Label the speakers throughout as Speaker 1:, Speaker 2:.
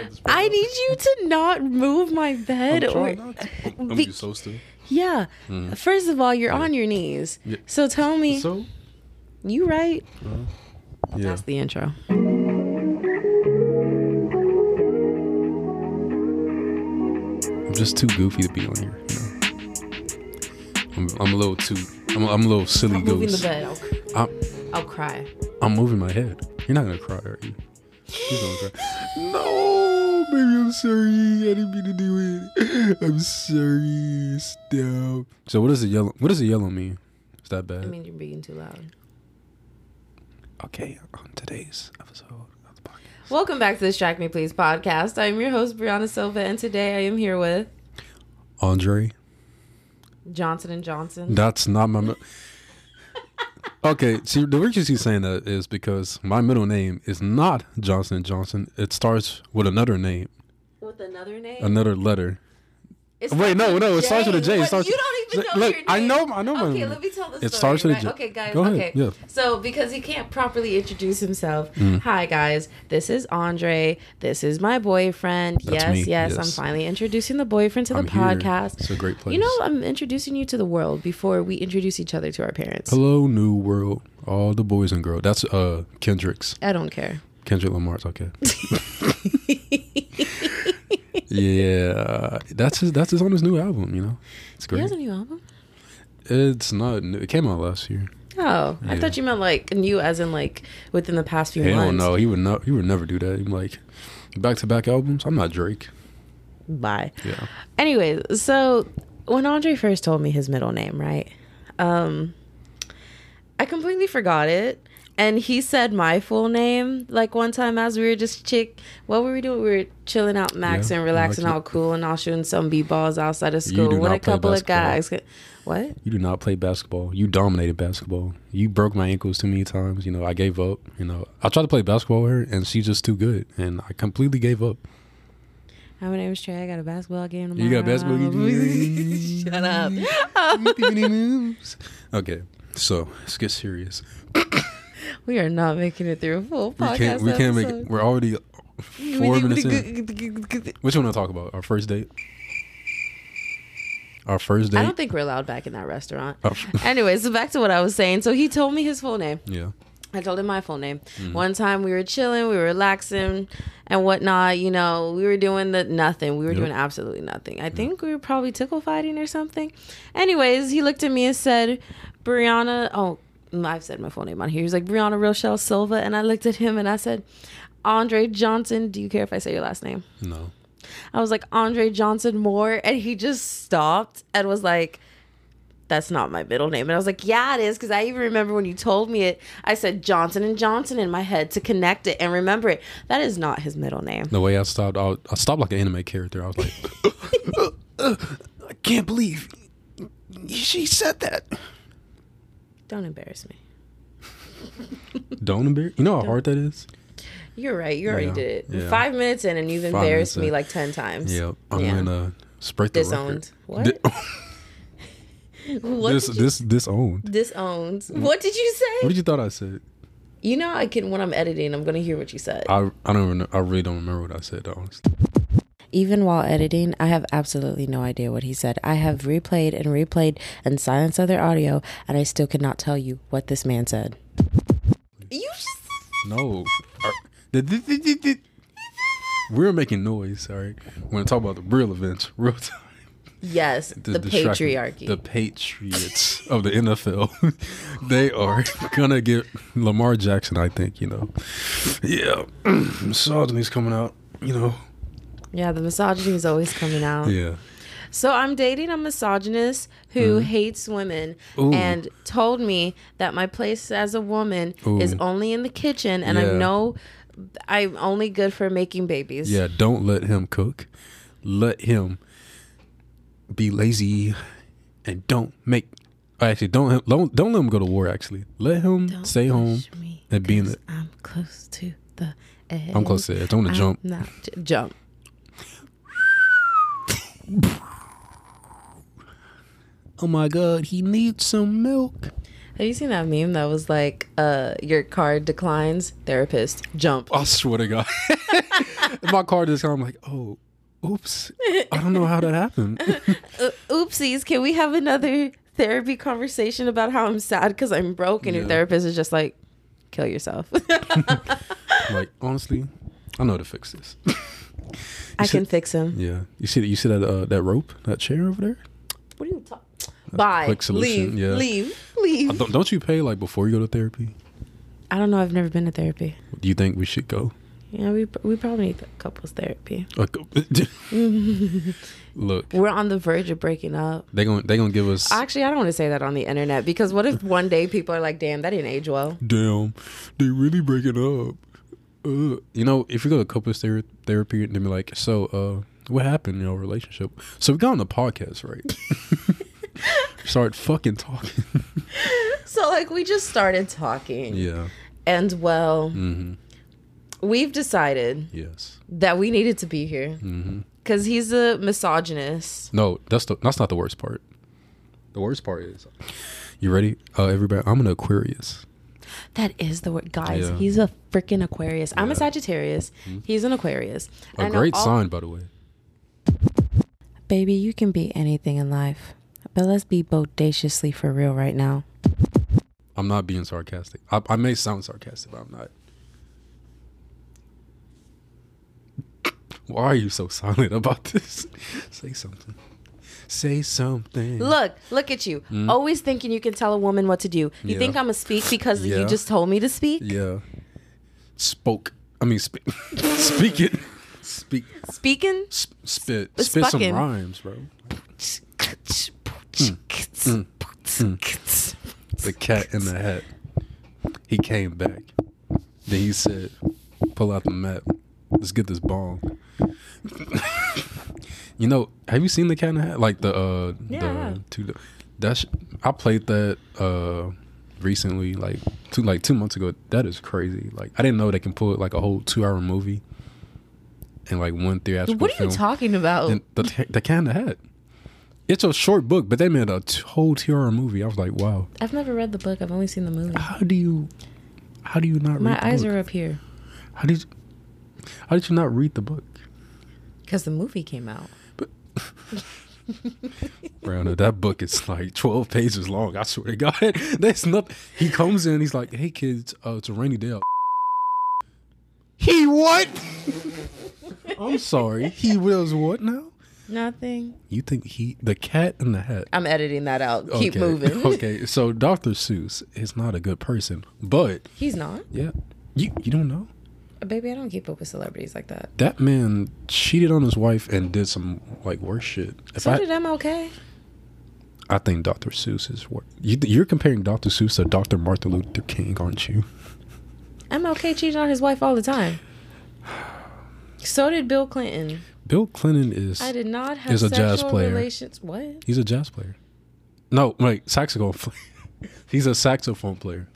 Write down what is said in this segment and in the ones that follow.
Speaker 1: at this point.
Speaker 2: I need you to not move my
Speaker 1: I'm
Speaker 2: bed. or-
Speaker 1: trying not to. I'm, I'm gonna
Speaker 2: Be-
Speaker 1: be so still.
Speaker 2: yeah. First of all, you're on your knees.
Speaker 1: Yeah.
Speaker 2: So tell me,
Speaker 1: So
Speaker 2: you right?
Speaker 1: yeah,
Speaker 2: That's the intro.
Speaker 1: I'm just too goofy to be on here. You know? I'm, I'm a little too. I'm, I'm a little silly
Speaker 2: Moving the
Speaker 1: ghost.
Speaker 2: bed. I'll, cr-
Speaker 1: I'm,
Speaker 2: I'll cry.
Speaker 1: I'm moving my head. You're not gonna cry, are you? You're gonna cry. No, baby, I'm sorry. I didn't mean to do it. I'm sorry. Stop. So what does a yellow? What does a yellow mean? Is that bad?
Speaker 2: I mean, you're being too loud.
Speaker 1: okay, on today's episode of the podcast,
Speaker 2: Welcome back to the Distract Me Please podcast. I'm your host, Brianna Silva, and today I am here with
Speaker 1: Andre,
Speaker 2: Johnson and Johnson.
Speaker 1: that's not my. Mi- okay, see the reason she's saying that is because my middle name is not Johnson and Johnson. It starts with another name,
Speaker 2: With another name?
Speaker 1: another letter.
Speaker 2: It
Speaker 1: Wait, no,
Speaker 2: starts
Speaker 1: no, it
Speaker 2: J.
Speaker 1: starts with a J. It
Speaker 2: What?
Speaker 1: starts
Speaker 2: you
Speaker 1: with-
Speaker 2: don't even know
Speaker 1: Look,
Speaker 2: your name.
Speaker 1: I know- I know my
Speaker 2: Okay,
Speaker 1: name.
Speaker 2: let me tell the story.
Speaker 1: It starts with a
Speaker 2: right?
Speaker 1: J.
Speaker 2: Okay, guys.
Speaker 1: Go ahead,
Speaker 2: Okay.
Speaker 1: yeah. Hmm.
Speaker 2: So because he can't properly introduce himself, hi guys. This is Andre. This is my boyfriend.
Speaker 1: That's
Speaker 2: yes,
Speaker 1: me,
Speaker 2: yes,
Speaker 1: yes.
Speaker 2: I'm finally introducing the boyfriend to the
Speaker 1: I'm here.
Speaker 2: podcast.
Speaker 1: It's a great place.
Speaker 2: You know, I'm introducing you to the world before we introduce each other to our parents.
Speaker 1: Hello, New World, all the boys and girls. That's uh Kendrick's.
Speaker 2: I don't care.
Speaker 1: Kendrick Lamar's okay. yeah, that's his. That's his on his new album. You know, it's
Speaker 2: He
Speaker 1: great.
Speaker 2: has a new album.
Speaker 1: It's not. New. It came out last year.
Speaker 2: Oh, I
Speaker 1: Yeah.
Speaker 2: thought you meant like new, as in like within the past few
Speaker 1: Hell
Speaker 2: months.
Speaker 1: no, he would not. He would never do that. He'd be like back to back albums. I'm not Drake.
Speaker 2: Bye.
Speaker 1: Yeah,
Speaker 2: Anyways, so when Andre first told me his middle name, right? Um I completely forgot it. And he said my full name like one time as we were just chick. What were we doing? We were chilling out, maxing,
Speaker 1: Yeah, I
Speaker 2: relaxing,
Speaker 1: like
Speaker 2: all cool, and all shooting some b balls outside of
Speaker 1: You
Speaker 2: school
Speaker 1: do
Speaker 2: with a
Speaker 1: not play
Speaker 2: couple of
Speaker 1: basketball.
Speaker 2: guys. What?
Speaker 1: you do not play basketball. You dominated basketball. You broke my ankles too many times. You know, I gave up. You know, I tried to play basketball with her, and she's just too good, and I completely gave up.
Speaker 2: Hi, my name is Trey. I got a basketball game tomorrow.
Speaker 1: You got basketball.
Speaker 2: Shut up. Oh.
Speaker 1: okay, so let's get serious.
Speaker 2: We are not making it through a full
Speaker 1: We
Speaker 2: podcast.
Speaker 1: can't. We can't make. it.
Speaker 2: episode.
Speaker 1: We're already four minutes in.
Speaker 2: in.
Speaker 1: Which one I talk about? Our first date. Our first
Speaker 2: I
Speaker 1: date.
Speaker 2: don't think we're allowed back in that restaurant.
Speaker 1: Our f-
Speaker 2: Anyway, so back to what I was saying. So he told me his full name.
Speaker 1: yeah.
Speaker 2: I told him my full name. One time we were chilling, we were relaxing and whatnot. You know, we were doing the nothing. We were
Speaker 1: Yep.
Speaker 2: doing absolutely nothing. I think we were probably tickle fighting or something. Anyways, he looked at me and said, Brianna, oh, I've said my full name on here. He was like, Brianna Rochelle Silva. And I looked at him and I said, Andre Johnson, do you care if I say your last name?
Speaker 1: No.
Speaker 2: I was like Andre Johnson Moore, and he just stopped and was like, "That's not my middle name." And I was like, "Yeah, it is," because I even remember when you told me it. I said Johnson and Johnson in my head to connect it and remember it. That is not his middle name.
Speaker 1: The way I stopped, I, I stopped like an anime character. I was like, I can't believe she said that.
Speaker 2: Don't embarrass me.
Speaker 1: Don't embarrass. You know how hard that is.
Speaker 2: You're right. You already
Speaker 1: Yeah,
Speaker 2: did it.
Speaker 1: yeah.
Speaker 2: Five minutes in, and you've
Speaker 1: minutes
Speaker 2: embarrassed me
Speaker 1: in.
Speaker 2: like ten times.
Speaker 1: Yeah. I'm
Speaker 2: Yeah.
Speaker 1: gonna uh, spread the
Speaker 2: Disowned.
Speaker 1: record.
Speaker 2: What
Speaker 1: What? this
Speaker 2: did you,
Speaker 1: this disowned.
Speaker 2: disowned? What did you
Speaker 1: What
Speaker 2: say?
Speaker 1: did you thought I said?
Speaker 2: You know, I can when I'm editing, I'm gonna hear what you said.
Speaker 1: I I don't even know, I really don't remember what I said. Honestly.
Speaker 2: Even while editing, I have absolutely no idea what he said. I have replayed and replayed and silenced other audio, and I still could not tell you what this man said. You just
Speaker 1: No. Ar- the- the- the- the- the- We're making noise, all right? We're going to talk about the real events, real time.
Speaker 2: yes, the,
Speaker 1: distraction-
Speaker 2: patriarchy.
Speaker 1: The Patriots of the NFL. they are going to get Lamar Jackson, I think, you know. Yeah. Misogyny's coming out, you know.
Speaker 2: yeah, the misogyny is always coming out.
Speaker 1: Yeah.
Speaker 2: So I'm dating a misogynist who hates women
Speaker 1: Mm-hmm. Ooh.
Speaker 2: and told me that my place as a woman is
Speaker 1: Ooh.
Speaker 2: only in the kitchen, and
Speaker 1: Yeah.
Speaker 2: I'm no, I'm only good for making babies.
Speaker 1: Yeah, don't let him cook. Let him be lazy and don't make Actually, don't don't don't let him go to war. Actually, let him
Speaker 2: Don't
Speaker 1: stay home
Speaker 2: push me,
Speaker 1: and be in
Speaker 2: 'cause
Speaker 1: the-
Speaker 2: I'm close to the edge.
Speaker 1: I'm close to it. I don't want to jump.
Speaker 2: Not j- jump.
Speaker 1: Oh my God, he needs some milk.
Speaker 2: Have you seen that meme that was like, uh, your card declines, therapist, jump.
Speaker 1: I swear to God. my car just kind of like, oh, oops. I don't know how that happened.
Speaker 2: O- Uh, oopsies, can we have another therapy conversation about how I'm sad because I'm broke? And your
Speaker 1: Yeah.
Speaker 2: therapist is just like, kill yourself.
Speaker 1: like, honestly, I know how to fix this.
Speaker 2: I
Speaker 1: said-
Speaker 2: can fix him.
Speaker 1: yeah. You see that? You see that? Uh, that rope, that chair over there.
Speaker 2: What are you talking? Bye.
Speaker 1: quick solution,
Speaker 2: leave.
Speaker 1: yeah.
Speaker 2: Leave. Leave.
Speaker 1: Uh, Don't, don't you pay like before you go to therapy?
Speaker 2: I don't know. I've never been to therapy.
Speaker 1: Do you think we should go?
Speaker 2: Yeah, we pr- we probably need th- couples therapy.
Speaker 1: Like, Look,
Speaker 2: We're on the verge of breaking up.
Speaker 1: they gonna they gonna give us
Speaker 2: Actually, I don't want to say that on the internet because what if one day people are like, "Damn, that didn't age well."
Speaker 1: damn. They really breaking up. Uh, you know, if we go to couples ther- therapy and they be like, so uh, what happened in your relationship? So we got on the podcast, right? Start fucking talking.
Speaker 2: So like, we just started talking,
Speaker 1: yeah.
Speaker 2: and well,
Speaker 1: Mm-hmm.
Speaker 2: we've decided
Speaker 1: Yes.
Speaker 2: that we needed to be here
Speaker 1: Mm-hmm.
Speaker 2: because he's a misogynist.
Speaker 1: No, that's the, that's not the worst part. The worst part is, you ready, uh, everybody? I'm an Aquarius.
Speaker 2: That is the word, guys.
Speaker 1: Yeah.
Speaker 2: He's a freaking Aquarius. I'm a
Speaker 1: Yeah. Mm-hmm.
Speaker 2: Sagittarius. He's an Aquarius.
Speaker 1: A
Speaker 2: I know
Speaker 1: great
Speaker 2: all-
Speaker 1: sign, by the way.
Speaker 2: Baby, you can be anything in life, but let's be bodaciously for real right now.
Speaker 1: I'm not being sarcastic. I, I may sound sarcastic, but I'm not. Why are you so silent about this? Say something. Say something.
Speaker 2: Look, look at you. Always thinking you can tell a woman what to do. You
Speaker 1: Mm. Yeah.
Speaker 2: think I'm going to speak because
Speaker 1: Yeah.
Speaker 2: you just told me to speak?
Speaker 1: Yeah. Spoke. I mean, sp- speak it. Speak.
Speaker 2: Speaking?
Speaker 1: Sp- spit. Spit
Speaker 2: Spuckin'.
Speaker 1: some rhymes, bro. Hmm. The cat in the hat. He came back. Then he said, "Pull out the map. Let's get this bong." you know, have you seen the cat in the hat? Like the uh,
Speaker 2: Yeah, I
Speaker 1: the
Speaker 2: have.
Speaker 1: two. That's I played that uh recently, like two like two months ago. That is crazy. Like I didn't know they can pull like a whole two hour movie and like one theatrical.
Speaker 2: What are you
Speaker 1: film.
Speaker 2: talking about?
Speaker 1: And the the cat in the hat. It's a short book, but they made a t- whole two hour movie. I was like, wow.
Speaker 2: I've never read the book. I've only seen the movie.
Speaker 1: How do you? How do you not
Speaker 2: My
Speaker 1: Ah, read the
Speaker 2: eyes
Speaker 1: book?
Speaker 2: are up here
Speaker 1: How did? you- How did you not read the book?
Speaker 2: because the movie came out.
Speaker 1: Brando, that book is like twelve pages long. I swear to God, there's nothing. He comes in, he's like, "Hey kids, uh, it's a rainy day." out." He what? I'm sorry. He wills what now?
Speaker 2: Nothing.
Speaker 1: You think he the cat in the hat?
Speaker 2: I'm editing that out. Keep
Speaker 1: Okay,
Speaker 2: moving.
Speaker 1: okay, so Dr. Seuss is not a good person, but
Speaker 2: He's not.
Speaker 1: yeah, you you don't know.
Speaker 2: Baby, I don't keep up with celebrities like that.
Speaker 1: that man cheated on his wife and did some like worse shit. If
Speaker 2: So
Speaker 1: I,
Speaker 2: did MLK.
Speaker 1: I think Dr. Seuss is worse. You, you're comparing Dr. Seuss to Dr. Martin Luther King, aren't you?
Speaker 2: MLK cheated on his wife all the time. So did Bill Clinton.
Speaker 1: Bill Clinton is
Speaker 2: I did not have
Speaker 1: He's a
Speaker 2: sexual
Speaker 1: jazz player.
Speaker 2: relations. What?
Speaker 1: he's a jazz player. No, wait, saxophone. player. he's a saxophone player.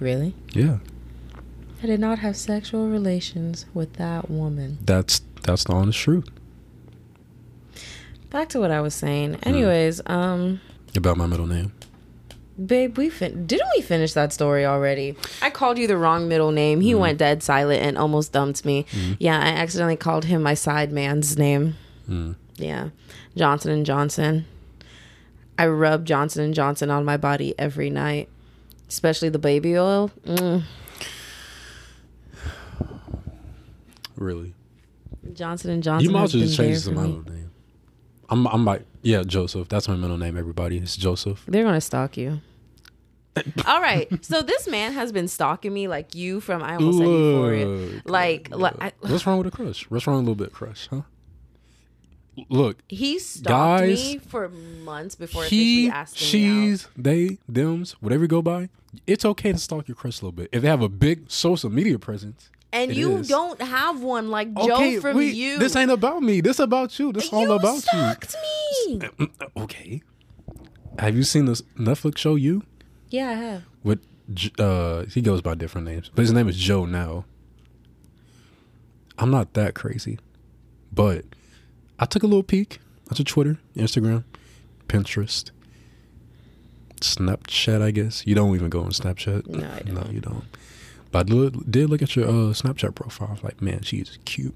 Speaker 2: Really?
Speaker 1: Yeah,
Speaker 2: I did not have sexual relations with that woman.
Speaker 1: that's that's the honest truth
Speaker 2: Back to what I was saying.
Speaker 1: Hmm.
Speaker 2: Anyways, um,
Speaker 1: about my middle name.
Speaker 2: babe, we fin- didn't we finish that story already? I called you the wrong middle name.
Speaker 1: Hmm.
Speaker 2: He went dead silent and almost dumped me. Yeah, I accidentally called him my side man's name.
Speaker 1: Mm.
Speaker 2: Yeah, Johnson and Johnson. I rub Johnson and Johnson on my body every night, especially the baby oil. Mm.
Speaker 1: Really,
Speaker 2: Johnson and Johnson.
Speaker 1: you might as
Speaker 2: has
Speaker 1: well just
Speaker 2: been
Speaker 1: change
Speaker 2: there for
Speaker 1: to my
Speaker 2: me.
Speaker 1: middle name. I'm I'm like yeah, Joseph. That's my middle name. Everybody, it's Joseph.
Speaker 2: They're gonna stalk you. All right. So this man has been stalking me like you from I almost said you for it.
Speaker 1: Look,
Speaker 2: Like, like I,
Speaker 1: What's wrong with a crush? What's wrong with a little bit of crush, huh? Look,
Speaker 2: he stalked
Speaker 1: Guys,
Speaker 2: me for months before
Speaker 1: he,
Speaker 2: officially asked me out.
Speaker 1: she's, they, them's, whatever you go by, it's okay to stalk your crush a little bit. If they have a big social media presence.
Speaker 2: And
Speaker 1: it
Speaker 2: you
Speaker 1: is.
Speaker 2: don't have one like
Speaker 1: okay,
Speaker 2: Joe from
Speaker 1: wait,
Speaker 2: you.
Speaker 1: This ain't about me. This about you. This all
Speaker 2: you
Speaker 1: about
Speaker 2: stalked me.
Speaker 1: you. Mm, mm, Okay. Have you seen this Netflix show you?
Speaker 2: Yeah, I have.
Speaker 1: With J- uh he goes by different names, but his name is Joe now. I'm not that crazy, but I took a little peek. I took Twitter, Instagram, Pinterest. Snapchat, I guess. You don't even go on Snapchat.
Speaker 2: No, I
Speaker 1: No, you don't. But I did- did look at your uh, Snapchat profile. I was like, man, she's cute.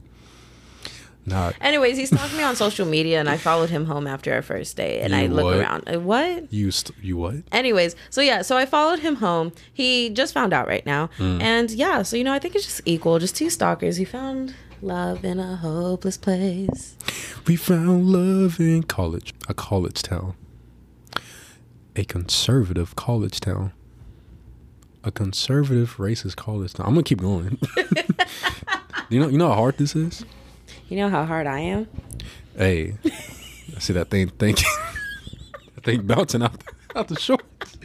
Speaker 1: Nah,
Speaker 2: Anyways, he stalked me on social media, and I followed him home after our first date. And
Speaker 1: You
Speaker 2: I look
Speaker 1: what?
Speaker 2: around. Uh, What?
Speaker 1: you st- you what?
Speaker 2: Anyways, so yeah, so I followed him home. He just found out right now. And yeah, so you know, I think it's just equal, just two stalkers. He found love in a hopeless place.
Speaker 1: We found love in college, a college town, a conservative college town, a conservative racist college town. I'm gonna keep going. you know, you know how hard this is.
Speaker 2: You know how hard I am?
Speaker 1: Hey, I see that thing thinking, that thing bouncing out out the shorts.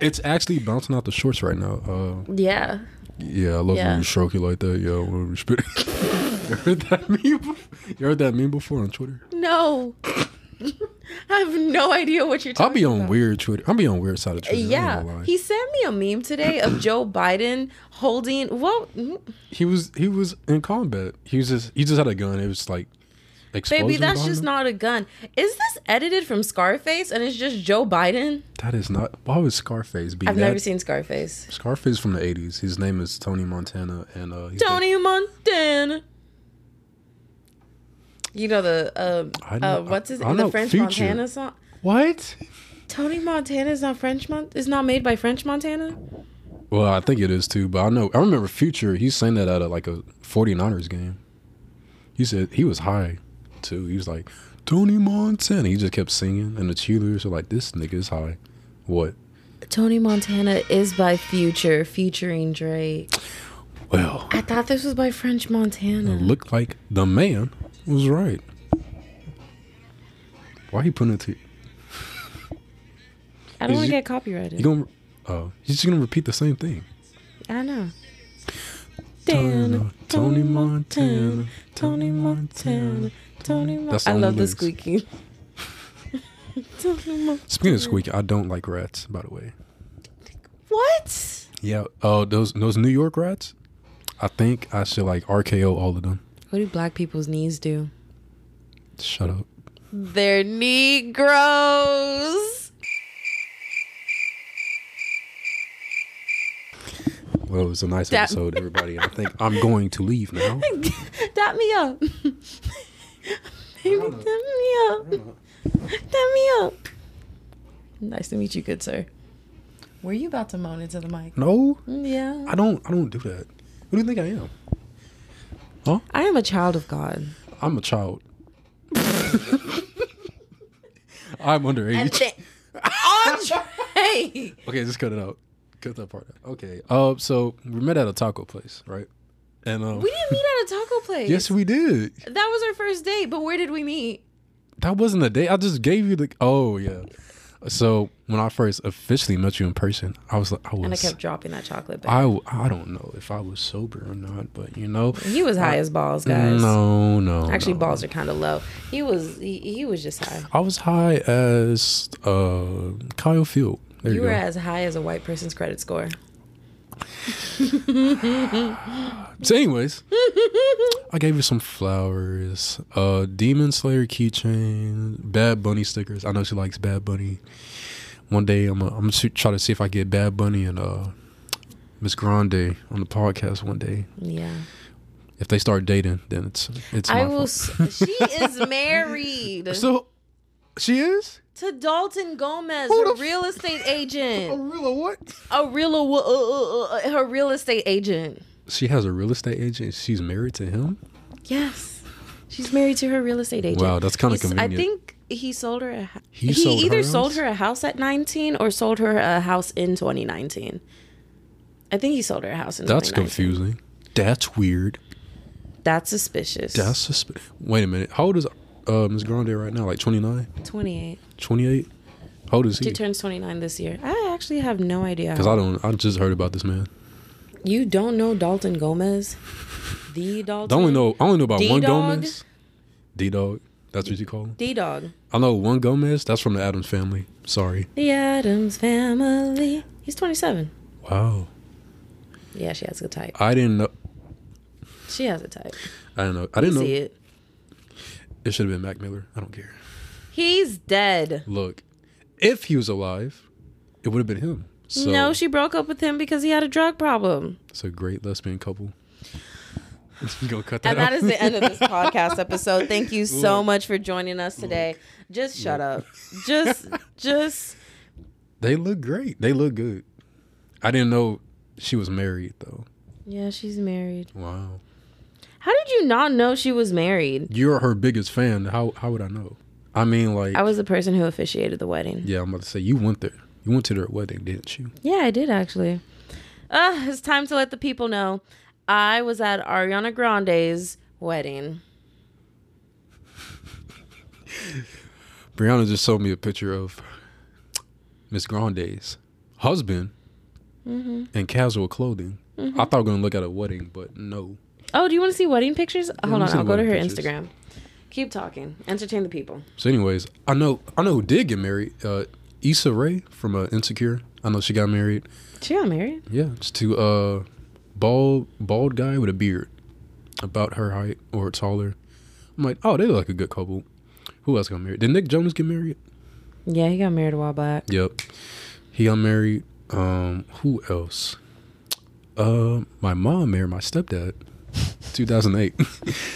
Speaker 1: It's actually bouncing out the shorts right now. Uh,
Speaker 2: Yeah.
Speaker 1: yeah, I love
Speaker 2: Yeah.
Speaker 1: when you stroke it like that. Yeah, when you spit. you heard that meme? bef- You heard that meme before on Twitter?
Speaker 2: No. I have no idea what you're talking
Speaker 1: I'll be on
Speaker 2: about.
Speaker 1: weird Twitter. I'll be on weird side of Twitter. I ain't gonna
Speaker 2: Yeah.
Speaker 1: lie.
Speaker 2: He sent me a meme today of Joe Biden holding well
Speaker 1: he was he was in combat. He was just he just had a gun. It was like explosion.
Speaker 2: baby, that's
Speaker 1: behind
Speaker 2: just
Speaker 1: him.
Speaker 2: not a gun. Is this edited from Scarface and it's just Joe Biden?
Speaker 1: That is not. Why would Scarface be?
Speaker 2: I've
Speaker 1: that?
Speaker 2: never seen Scarface.
Speaker 1: Scarface from the eighties. His name is Tony Montana, and uh, he's the-
Speaker 2: Tony Montana. You know the um,
Speaker 1: I
Speaker 2: uh,
Speaker 1: know-
Speaker 2: what's his
Speaker 1: I- I
Speaker 2: the
Speaker 1: know
Speaker 2: French
Speaker 1: Future.
Speaker 2: Montana song?
Speaker 1: what?
Speaker 2: Tony Montana is not French Mon. Is not made by French Montana.
Speaker 1: Well, I think it is too, but I know I remember Future. He sang that at a, like a 49ers game. He said he was high too. He was like Tony Montana. He just kept singing, and the cheerleaders were like, "This nigga is high." What?
Speaker 2: Tony Montana is by Future featuring Drake.
Speaker 1: Well,
Speaker 2: I thought this was by French
Speaker 1: it
Speaker 2: Montana.
Speaker 1: looked like the man was right. Why he putting it to?
Speaker 2: I don't want to
Speaker 1: is it-
Speaker 2: get
Speaker 1: You
Speaker 2: copyrighted.
Speaker 1: gonna? Oh, he's just gonna repeat the same thing.
Speaker 2: I know.
Speaker 1: Tony, Tony Montana,
Speaker 2: Tony Montana, Tony Montana.
Speaker 1: That's the
Speaker 2: I
Speaker 1: only
Speaker 2: love the
Speaker 1: lyrics.
Speaker 2: squeaking. Tony Mon-
Speaker 1: Speaking of squeaky, I don't like rats. By the way.
Speaker 2: what?
Speaker 1: Yeah. Oh, those those New York rats. I think I should like RKO all of them.
Speaker 2: What do black people's knees do?
Speaker 1: Shut up.
Speaker 2: Their knee grows.
Speaker 1: Well, it was a nice
Speaker 2: That-
Speaker 1: episode, everybody. I think I'm going to leave now.
Speaker 2: Dap me up. Baby, dap me up. Dap me up. Nice to meet you, good sir. Were you about to moan into the mic?
Speaker 1: No,
Speaker 2: Mm, Yeah.
Speaker 1: I don't. I don't do that. Who do you think I am?
Speaker 2: I am a child of God.
Speaker 1: I'm a child. I'm underage.
Speaker 2: Andre!
Speaker 1: Okay, just cut it out. Cut that part out. Okay. Uh, so we met at a taco place, right? And um,
Speaker 2: We didn't meet at a taco place.
Speaker 1: yes, we did.
Speaker 2: That was our first date, but where did we meet?
Speaker 1: That wasn't the day. I just gave you the. Oh yeah. So when I first officially met you in person, I was like, I
Speaker 2: And I
Speaker 1: was.
Speaker 2: kept dropping that chocolate back.
Speaker 1: I, w- I don't know if I was sober or not, but you know,
Speaker 2: He was high as balls, guys.
Speaker 1: no, no.
Speaker 2: Actually,
Speaker 1: no.
Speaker 2: balls are kind of low. He was he, he was just high.
Speaker 1: I was high as uh, Kyle Field. There
Speaker 2: You
Speaker 1: you, go.
Speaker 2: were as high as a white person's credit score.
Speaker 1: so, anyways, I gave you some flowers, uh, Demon Slayer keychain, Bad Bunny stickers. I know she likes Bad Bunny. One day, I'm gonna I'm gonna try to see if I get Bad Bunny and uh, Miss Grande on the podcast one day.
Speaker 2: Yeah.
Speaker 1: If they start dating, then it's it's.
Speaker 2: I
Speaker 1: my
Speaker 2: will.
Speaker 1: fault.
Speaker 2: S- she is married
Speaker 1: So, she is
Speaker 2: to Dalton Gomez,
Speaker 1: Who
Speaker 2: her
Speaker 1: the
Speaker 2: real estate
Speaker 1: a
Speaker 2: agent.
Speaker 1: real what?
Speaker 2: A real, uh, uh, uh, her real estate agent.
Speaker 1: She has a real estate agent. She's married to him.
Speaker 2: Yes, she's married to her real estate agent.
Speaker 1: Wow, that's kinda
Speaker 2: He's- I
Speaker 1: convenient.
Speaker 2: think he sold her. A, hou-
Speaker 1: He
Speaker 2: he
Speaker 1: sold her
Speaker 2: either
Speaker 1: house?
Speaker 2: sold her a house at 19 or sold her a house in 2019. I think he sold her a house in.
Speaker 1: That's
Speaker 2: 2019.
Speaker 1: confusing. That's weird.
Speaker 2: That's suspicious.
Speaker 1: That's susp- Wait a minute. How old is uh, Miss Grande right now? Like 29,
Speaker 2: 28.
Speaker 1: 28? How old is
Speaker 2: She
Speaker 1: he?
Speaker 2: turns 29 this year. I actually have no idea.
Speaker 1: Because I don't. I just heard about this man.
Speaker 2: You don't know Dalton Gomez? The
Speaker 1: I
Speaker 2: Dalton?
Speaker 1: only know. I only know about one
Speaker 2: D-Dog?
Speaker 1: Gomez. D dog. That's what you call him.
Speaker 2: D Dog.
Speaker 1: I know one Gomez. That's from the Adams family. Sorry.
Speaker 2: The Adams family. He's 27.
Speaker 1: Wow.
Speaker 2: Yeah, she has a type.
Speaker 1: I didn't know.
Speaker 2: She has a type.
Speaker 1: I didn't know. I
Speaker 2: You
Speaker 1: didn't know.
Speaker 2: see
Speaker 1: It,
Speaker 2: it.
Speaker 1: should have been Mac Miller. I don't care.
Speaker 2: He's dead.
Speaker 1: Look, if he was alive, It would have been him. So
Speaker 2: no, she broke up with him because he had a drug problem.
Speaker 1: it's a great lesbian couple. Go cut that
Speaker 2: And that
Speaker 1: out.
Speaker 2: is the end of this podcast episode. Thank you so
Speaker 1: Look.
Speaker 2: much for joining us today. Just shut up. Just, just.
Speaker 1: They look great. They look good. I didn't know she was married though.
Speaker 2: Yeah, she's married.
Speaker 1: Wow.
Speaker 2: How did you not know she was married?
Speaker 1: You're her biggest fan. How how would I know? I mean, like,
Speaker 2: I was the person who officiated the wedding.
Speaker 1: yeah, I'm about to say you went there. You went to their wedding, didn't you?
Speaker 2: Yeah, I did actually. Uh, it's time to let the people know. I was at Ariana Grande's wedding.
Speaker 1: Brianna just showed me a picture of Miss Grande's husband in casual clothing. I thought we were gonna look at a wedding, but no.
Speaker 2: Oh, do you want to see wedding pictures? Hold
Speaker 1: me
Speaker 2: on,
Speaker 1: see
Speaker 2: I'll go to her
Speaker 1: wedding pictures.
Speaker 2: Instagram. Keep talking. Entertain the people.
Speaker 1: So, anyways, I know I know who did get married. Uh, Issa Rae from uh, Insecure. I know she got married.
Speaker 2: She got married.
Speaker 1: Yeah, it's to uh bald bald guy with a beard, about her height or taller. I'm like, oh, they look like a good couple. Who else got married? Did Nick Jonas get married?
Speaker 2: Yeah, he got married a while back.
Speaker 1: Yep, he got married. Um, who else? Um, my mom married my stepdad, 2008.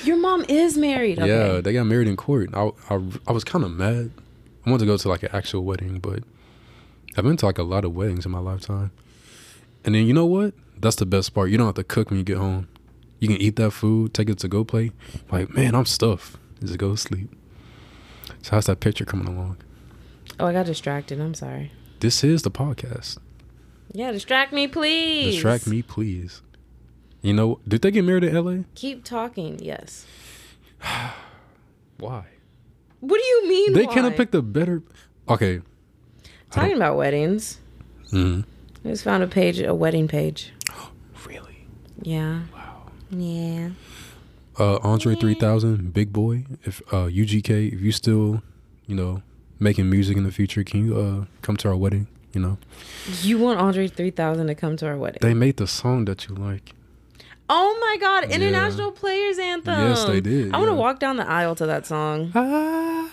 Speaker 2: Your mom is married. Okay.
Speaker 1: Yeah, they got married in court. I I, I was kind of mad. I wanted to go to like an actual wedding, but I've been to like a lot of weddings in my lifetime. And then you know what? That's the best part. You don't have to cook when you get home. You can eat that food, take it to go play. Like, man, I'm stuffed. Just go to sleep. So how's that picture coming along?
Speaker 2: Oh, I got distracted. I'm sorry.
Speaker 1: This is the podcast.
Speaker 2: Yeah, distract me, please.
Speaker 1: Distract me, please. You know, did they get married in LA?
Speaker 2: Keep talking. Yes.
Speaker 1: Why?
Speaker 2: What do you mean?
Speaker 1: They
Speaker 2: why?
Speaker 1: could have picked a better. Okay.
Speaker 2: Talking about weddings.
Speaker 1: Mhm.
Speaker 2: I just found a page, a wedding page.
Speaker 1: Really?
Speaker 2: Yeah.
Speaker 1: Wow.
Speaker 2: Yeah.
Speaker 1: uh, Andre 3000, Big Boy, if uh, UGK, if you still, you know, making music in the future, can you uh, come to our wedding? You know,
Speaker 2: You want Andre 3000 to come to our wedding?
Speaker 1: they made the song that you like.
Speaker 2: oh my God!
Speaker 1: Yeah.
Speaker 2: International Players Anthem.
Speaker 1: Yes, they did,
Speaker 2: I want to
Speaker 1: yeah.
Speaker 2: walk down the aisle to that song.
Speaker 1: I,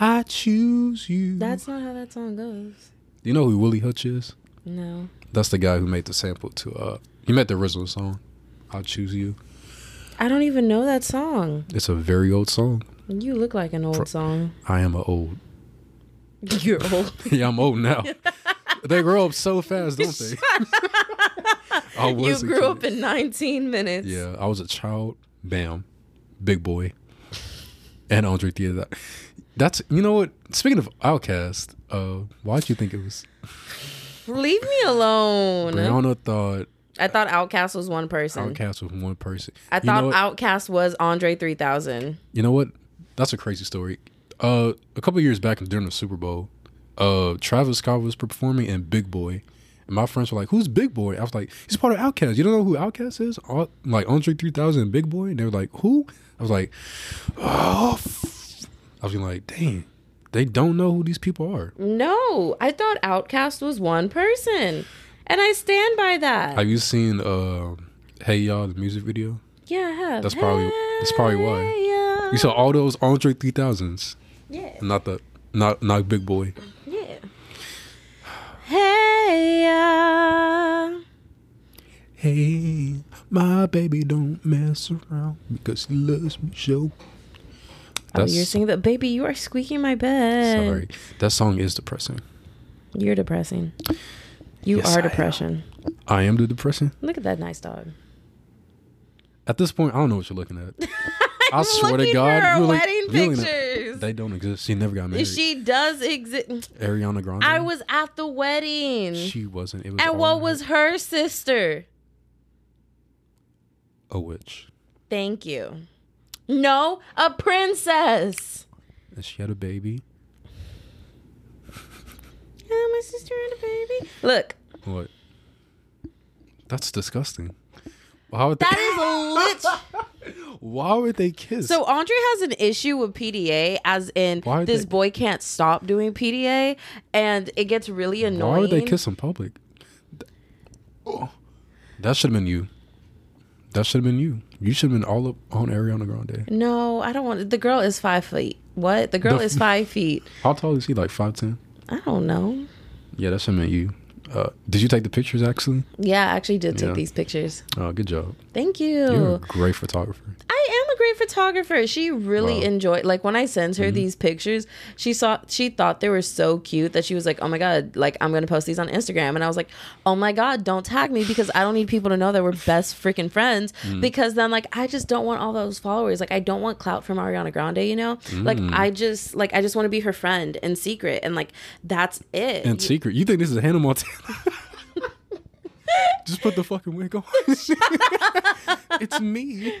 Speaker 1: I choose you.
Speaker 2: That's not how that song goes.
Speaker 1: you know who Willie Hutch is?
Speaker 2: No.
Speaker 1: That's the guy who made the sample to uh, he made the original song. I choose you.
Speaker 2: I don't even know that song.
Speaker 1: It's a very old song.
Speaker 2: You look like an old
Speaker 1: Pro-
Speaker 2: song.
Speaker 1: I am a old.
Speaker 2: You're old.
Speaker 1: yeah, I'm old now. they grow up so fast, don't they? I
Speaker 2: you
Speaker 1: was a
Speaker 2: grew
Speaker 1: kid.
Speaker 2: up in 19 minutes.
Speaker 1: Yeah, I was a child. Bam, big boy, and Andre Theater. That's you know what. Speaking of Outcast, uh, why'd you think it was?
Speaker 2: Leave me alone.
Speaker 1: Brianna thought
Speaker 2: I thought Outcast was one person.
Speaker 1: Outcast was one person.
Speaker 2: I
Speaker 1: you
Speaker 2: thought
Speaker 1: know what?
Speaker 2: Outcast was Andre 3000.
Speaker 1: you know what? That's a crazy story. Uh, a couple years back during the Super Bowl, uh, Travis Scott was performing and Big Boy. And my friends were like, "Who's Big Boy?" I was like, "He's part of Outkast. You don't know who Outkast is? Au- Like Andre 3000 and Big Boy?" And they were like, "Who?" I was like, "Oh." f-" I was like, "Dang, they don't know who these people are."
Speaker 2: Mm. No, I thought Outcast was one person. And I stand by that.
Speaker 1: Have you seen uh, "Hey Y'all" the music video?
Speaker 2: yeah, I have.
Speaker 1: That's probably- that's probably why.
Speaker 2: Yeah.
Speaker 1: You saw all those Andre 3000s,
Speaker 2: yeah.
Speaker 1: not the not not Big Boy.
Speaker 2: Yeah. Hey, uh,
Speaker 1: Hey, my baby don't mess around because she loves me so.
Speaker 2: oh,
Speaker 1: That's
Speaker 2: you're singing the baby. You are squeaking my bed.
Speaker 1: sorry. That song is depressing.
Speaker 2: You're depressing. You
Speaker 1: Yes,
Speaker 2: are
Speaker 1: I am.
Speaker 2: depression.
Speaker 1: I am the depressing.
Speaker 2: Look at that nice dog.
Speaker 1: At this point, I don't know what you're looking at. I swear to
Speaker 2: looking
Speaker 1: God,
Speaker 2: for her
Speaker 1: you're look-
Speaker 2: wedding
Speaker 1: you're looking at-
Speaker 2: pictures.
Speaker 1: they don't exist. She never got married.
Speaker 2: She does exist.
Speaker 1: Ariana Grande.
Speaker 2: I was at the wedding.
Speaker 1: Mm-hmm. She wasn't. It was.
Speaker 2: and
Speaker 1: all
Speaker 2: what was her sister?
Speaker 1: a witch?
Speaker 2: Thank you. No, a princess.
Speaker 1: And she had a baby.
Speaker 2: Yeah, my sister and a baby. Look,
Speaker 1: What? That's disgusting. How would they,
Speaker 2: that is lit.
Speaker 1: why would they kiss?
Speaker 2: So Andre has an issue with PDA, as in
Speaker 1: Why
Speaker 2: this
Speaker 1: they-
Speaker 2: boy can't stop doing PDA, and it gets really annoying.
Speaker 1: Why would they kiss in public? Th- Oh. That should have been you. That should have been you. You should have been all up on Ariana Grande.
Speaker 2: No, I don't want. The girl is five feet. What? The girl
Speaker 1: The-
Speaker 2: is five feet.
Speaker 1: How tall is he? Like five ten?
Speaker 2: I don't know.
Speaker 1: Yeah, that's him and you. Uh, did you take the pictures actually?
Speaker 2: Yeah, I actually did take
Speaker 1: Yeah.
Speaker 2: these pictures.
Speaker 1: Oh, good job.
Speaker 2: Thank you.
Speaker 1: You're a great photographer.
Speaker 2: I am a great photographer. She really
Speaker 1: Wow. Mm-hmm.
Speaker 2: enjoyed like when I sent her these pictures, she saw she thought they were so cute that she was like, "Oh my god, like I'm going to post these on Instagram." And I was like, "Oh my god, don't tag me because I don't need people to know that we're best freaking friends
Speaker 1: Mm.
Speaker 2: because then like I just don't want all those followers. Like I don't want clout from Ariana Grande, you know? Like
Speaker 1: Mm.
Speaker 2: I just like I just want to be her friend in secret and like that's it.
Speaker 1: And secret, you think this is Hannah Montana? Just put the fucking wig on. it's me.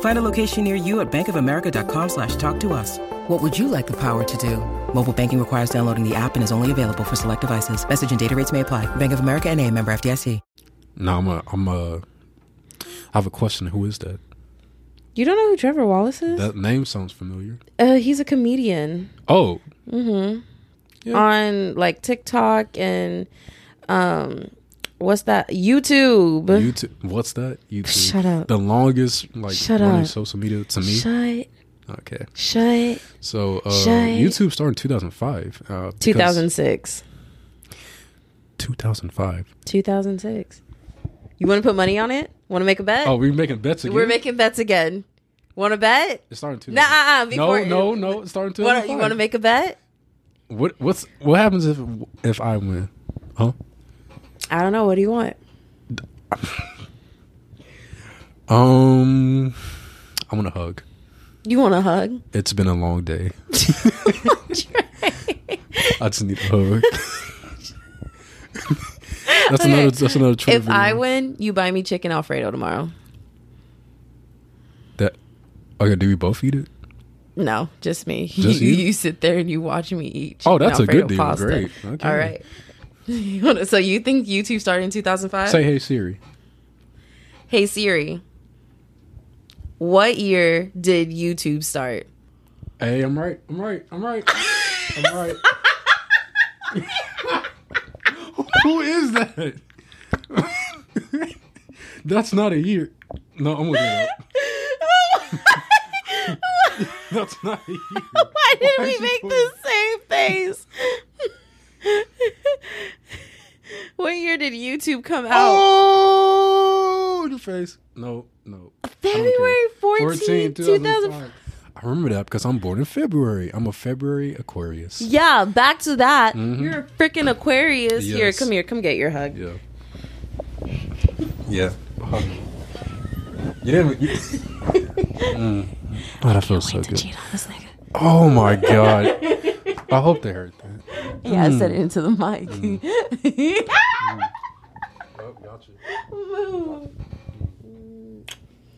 Speaker 3: Find a location near you at bankofamerica.com slash talk to us. What would you like the power to do? Mobile banking requires downloading the app and is only available for select devices. Message and data rates may apply. Bank of America and a member FDIC.
Speaker 1: No, I'm a, I'm a. I have a question. Who is that?
Speaker 2: You don't know who Trevor Wallace is?
Speaker 1: That name sounds familiar.
Speaker 2: uh, he's a comedian.
Speaker 1: Oh,
Speaker 2: on like TikTok and um what's that YouTube.
Speaker 1: YouTube. What's that? YouTube.
Speaker 2: Shut up.
Speaker 1: The longest like
Speaker 2: Shut
Speaker 1: running
Speaker 2: up.
Speaker 1: social media to me.
Speaker 2: Shut
Speaker 1: okay,
Speaker 2: shut
Speaker 1: so uh,
Speaker 2: Shut-
Speaker 1: YouTube started in 2005. Uh, because-
Speaker 2: 2006.
Speaker 1: 2005.
Speaker 2: 2006. You want to put money on it? Want to make a bet?
Speaker 1: Oh, we're making bets again.
Speaker 2: We're making bets again. Want to bet?
Speaker 1: It started in
Speaker 2: Nah, uh, uh,
Speaker 1: 2005.
Speaker 2: before-
Speaker 1: no, no, no. It started in
Speaker 2: What,
Speaker 1: 2005.
Speaker 2: you want to make a bet?
Speaker 1: What what's what happens if if I win? Huh?
Speaker 2: I don't know. What do you want?
Speaker 1: Um, I want a hug.
Speaker 2: You want a hug?
Speaker 1: It's been a long day. I just need a hug. that's another. That's another. Twitter
Speaker 2: If I
Speaker 1: video.
Speaker 2: win, you buy me chicken alfredo tomorrow.
Speaker 1: that okay, do we both eat it?
Speaker 2: No, just me.
Speaker 1: Just
Speaker 2: you,
Speaker 1: you?
Speaker 2: you sit there and you watch me eat.
Speaker 1: Oh,
Speaker 2: chicken
Speaker 1: that's a good
Speaker 2: Alfredo
Speaker 1: deal.
Speaker 2: pasta.
Speaker 1: Great. Okay.
Speaker 2: All right. You wanna- so you think YouTube started in 2005?
Speaker 1: Say hey Siri.
Speaker 2: hey Siri, what year did YouTube start?
Speaker 1: Hey, I'm right. I'm right. I'm right. I'm right. Who is that? That's not a year. No, I'm looking it up. That's not a year.
Speaker 2: Why did
Speaker 1: Why
Speaker 2: we
Speaker 1: is
Speaker 2: make
Speaker 1: she
Speaker 2: the same face? what year did YouTube come out?
Speaker 1: Oh, your face. No, no.
Speaker 2: February 14,
Speaker 1: 14,
Speaker 2: 2005.
Speaker 1: 2005. I remember that because I'm born in February. I'm a February Aquarius.
Speaker 2: Yeah, back to that. You're a freaking Aquarius. Here,
Speaker 1: Mm-hmm. Yes.
Speaker 2: come here, come get your hug.
Speaker 1: Yeah. Yeah. You didn't. You, Oh, that feels so good. Oh my god. I hope they heard that.
Speaker 2: Yeah, I said it into the mic.
Speaker 1: Oh, gotcha.
Speaker 2: Move.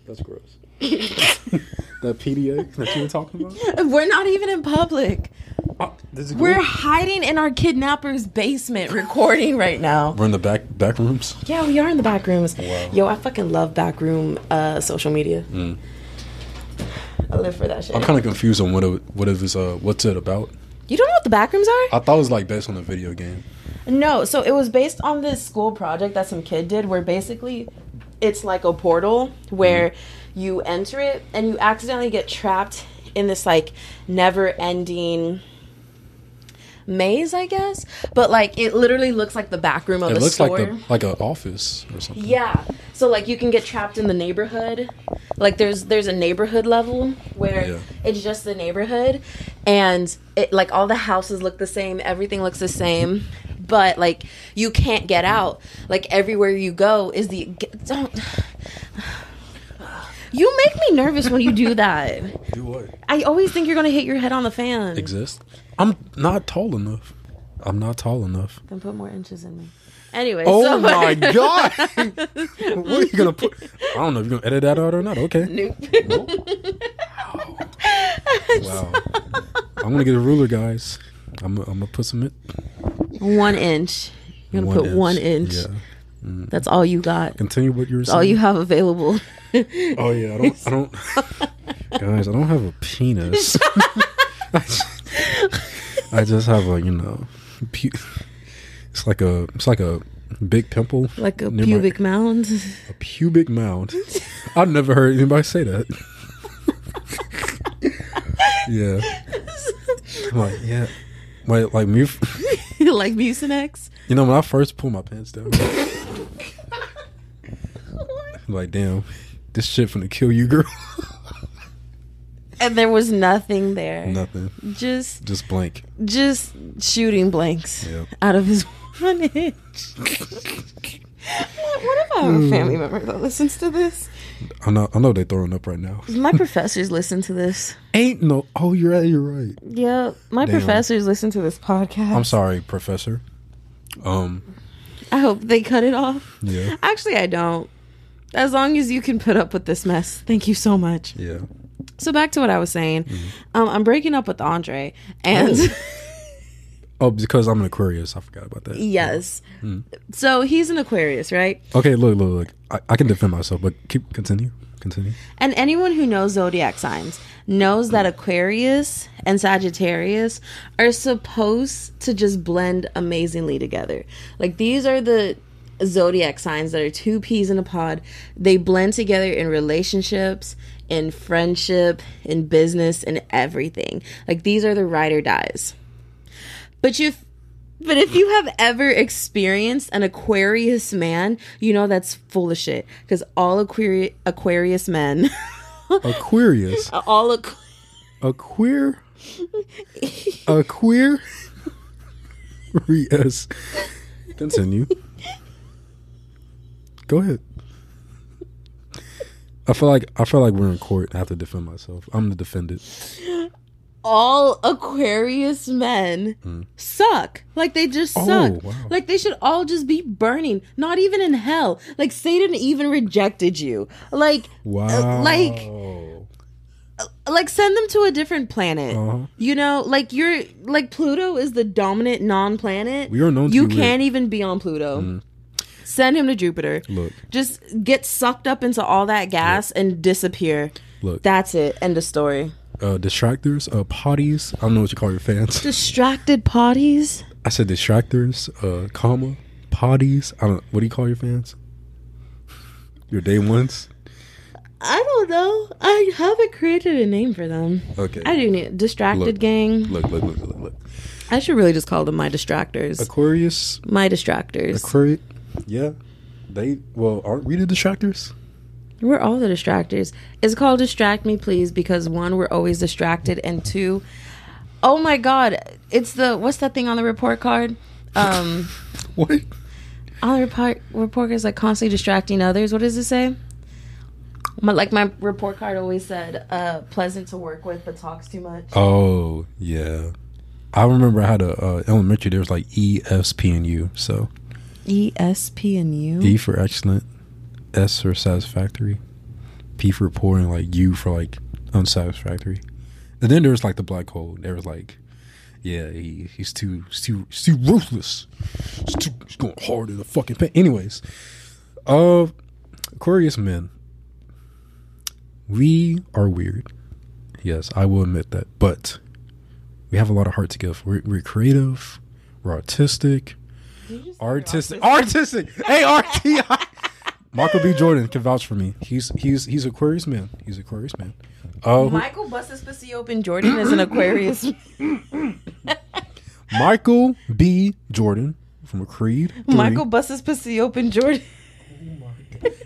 Speaker 1: That's gross. that PDA that you were talking about?
Speaker 2: We're not even in public.
Speaker 1: Oh, this is
Speaker 2: We're
Speaker 1: good.
Speaker 2: hiding in our kidnapper's basement recording right now.
Speaker 1: We're in the back back rooms.
Speaker 2: Yeah, we are in the back rooms. Yo, I fucking love back room uh, social media.
Speaker 1: Mm.
Speaker 2: I live for that shit.
Speaker 1: I'm kind of confused on what it, what it was, uh, what's it about.
Speaker 2: You don't know what the back rooms are?
Speaker 1: I thought it was like based on a video game.
Speaker 2: No, so it was based on this school project that some kid did where basically it's like a portal where
Speaker 1: Mm-hmm.
Speaker 2: you enter it and you accidentally get trapped in this like never ending maze, I guess. But like it literally looks like the back room of
Speaker 1: It
Speaker 2: a
Speaker 1: looks
Speaker 2: store.
Speaker 1: like the like an office or something.
Speaker 2: Yeah. So like you can get trapped in the neighborhood. Like there's there's a neighborhood level where
Speaker 1: Yeah.
Speaker 2: it's just the neighborhood and it like all the houses look the same, everything looks the same, but like you can't get out. Like everywhere you go is the get, don't You make me nervous when you do that.
Speaker 1: Do what?
Speaker 2: I always think you're going to hit your head on the fan.
Speaker 1: Exist. I'm not tall enough. I'm not tall enough.
Speaker 2: Then put more inches in me. Anyway,
Speaker 1: Oh
Speaker 2: so
Speaker 1: my god! what are you gonna put? I don't know if you're gonna edit that out or not. Okay. Nope. Wow. I'm gonna get a ruler, guys. I'm, I'm gonna put some. in-
Speaker 2: one inch. You're going to put one inch.
Speaker 1: Yeah.
Speaker 2: That's all you got.
Speaker 1: Continue what you were
Speaker 2: That's all
Speaker 1: saying.
Speaker 2: you have available.
Speaker 1: oh yeah, I don't. I don't. guys, I don't have a penis. I just- I just have a you know, pu- it's like a it's like a big pimple,
Speaker 2: Like a
Speaker 1: near my-
Speaker 2: pubic mound.
Speaker 1: a pubic mound. I've never heard anybody say that. yeah. I'm like, yeah. Wait, like me,
Speaker 2: like Mucinex.
Speaker 1: you know, when I first pulled my pants down, I'm like, damn, this shit finna kill you, girl.
Speaker 2: And there was nothing there.
Speaker 1: Nothing.
Speaker 2: Just
Speaker 1: Just blank.
Speaker 2: just shooting blanks
Speaker 1: Yep.
Speaker 2: out of his one inch. what what if I have a
Speaker 1: Hmm.
Speaker 2: family member that listens to this?
Speaker 1: I know, I know they throwing up right now.
Speaker 2: My professors listen to this.
Speaker 1: Ain't no, oh, you're right, you're right.
Speaker 2: Yeah, my
Speaker 1: Damn.
Speaker 2: professors listen to this podcast.
Speaker 1: I'm sorry, professor. Um,
Speaker 2: I hope they cut it off.
Speaker 1: yeah.
Speaker 2: Actually, I don't. As long as you can put up with this mess, thank you so much.
Speaker 1: Yeah.
Speaker 2: So back to what I was saying,
Speaker 1: Mm-hmm.
Speaker 2: um, I'm breaking up with Andre, and
Speaker 1: Oh, because I'm an Aquarius. I forgot about that.
Speaker 2: yes, so he's an Aquarius, right?
Speaker 1: Okay, look, look, look. I, I can defend myself, but keep continue, continue.
Speaker 2: And anyone who knows zodiac signs knows that Aquarius and Sagittarius are supposed to just blend amazingly together. Like these are the zodiac signs that are two peas in a pod. They blend together in relationships, in friendship, in business, in everything. Like these are the ride or dies. But you but if you have ever experienced an Aquarius man, you know that's full of shit. Because all Aquari- Aquarius men,
Speaker 1: Aquarius,
Speaker 2: Uh, all Aqu-
Speaker 1: a queer, a queer. Yes. Continue. Go ahead. I feel like I feel like we're in court. I have to defend myself. I'm the defendant.
Speaker 2: all Aquarius men suck. Like they just
Speaker 1: Hmm. Oh,
Speaker 2: suck.
Speaker 1: wow.
Speaker 2: Like they should all just be burning. Not even in hell. Like Satan even rejected you. Like
Speaker 1: Wow.
Speaker 2: like- like send them to a different planet.
Speaker 1: Uh-huh.
Speaker 2: You know, like you're like Pluto is the dominant non-planet.
Speaker 1: We are known to
Speaker 2: You
Speaker 1: be Hmm. weird.
Speaker 2: can't even be on Pluto. Send him to Jupiter.
Speaker 1: Look.
Speaker 2: Just get sucked up into all that gas and disappear.
Speaker 1: Look.
Speaker 2: That's it. End of story.
Speaker 1: uh, distractors, uh, potties. I don't know what you call your fans.
Speaker 2: Distracted potties.
Speaker 1: I said distractors, uh, comma, potties. I don't. What do you call your fans? Your day ones.
Speaker 2: I don't know. I haven't created a name for them.
Speaker 1: Okay.
Speaker 2: I do need distracted
Speaker 1: Look.
Speaker 2: gang.
Speaker 1: Look, look, look, look, look.
Speaker 2: I should really just call them my distractors.
Speaker 1: Aquarius,
Speaker 2: my distractors.
Speaker 1: Aquarius. Yeah, they. Well, aren't we the distractors?
Speaker 2: We're all the distractors. It's called Distract Me Please because one, we're always distracted, and two, oh my God, it's the what's that thing on the report card? Um,
Speaker 1: What?
Speaker 2: on the report report card is like constantly distracting others. What does it say? My, like my report card always said, uh, pleasant to work with but talks too much.
Speaker 1: Oh yeah. I remember I had a uh, elementary. There was like E, S, P, and U. So
Speaker 2: E ESP and you.
Speaker 1: E for excellent, S for satisfactory, P for poor, and like U for like unsatisfactory. And then there was like the black hole. There was like, yeah, he, he's too, he's too, he's too ruthless. He's, too, he's going hard in the fucking paint. Anyways, uh, Aquarius men, we are weird. Yes, I will admit that, but we have a lot of heart to give. We're, we're creative. We're artistic. Artistic. Artistic. A R T I. Michael B. Jordan can vouch for me. He's he's he's Aquarius man. He's Aquarius man. Oh, who-
Speaker 2: Michael Busta's pussy open Jordan is an Aquarius.
Speaker 1: Michael B. Jordan from Creed. three.
Speaker 2: Michael Busta's pussy open Jordan.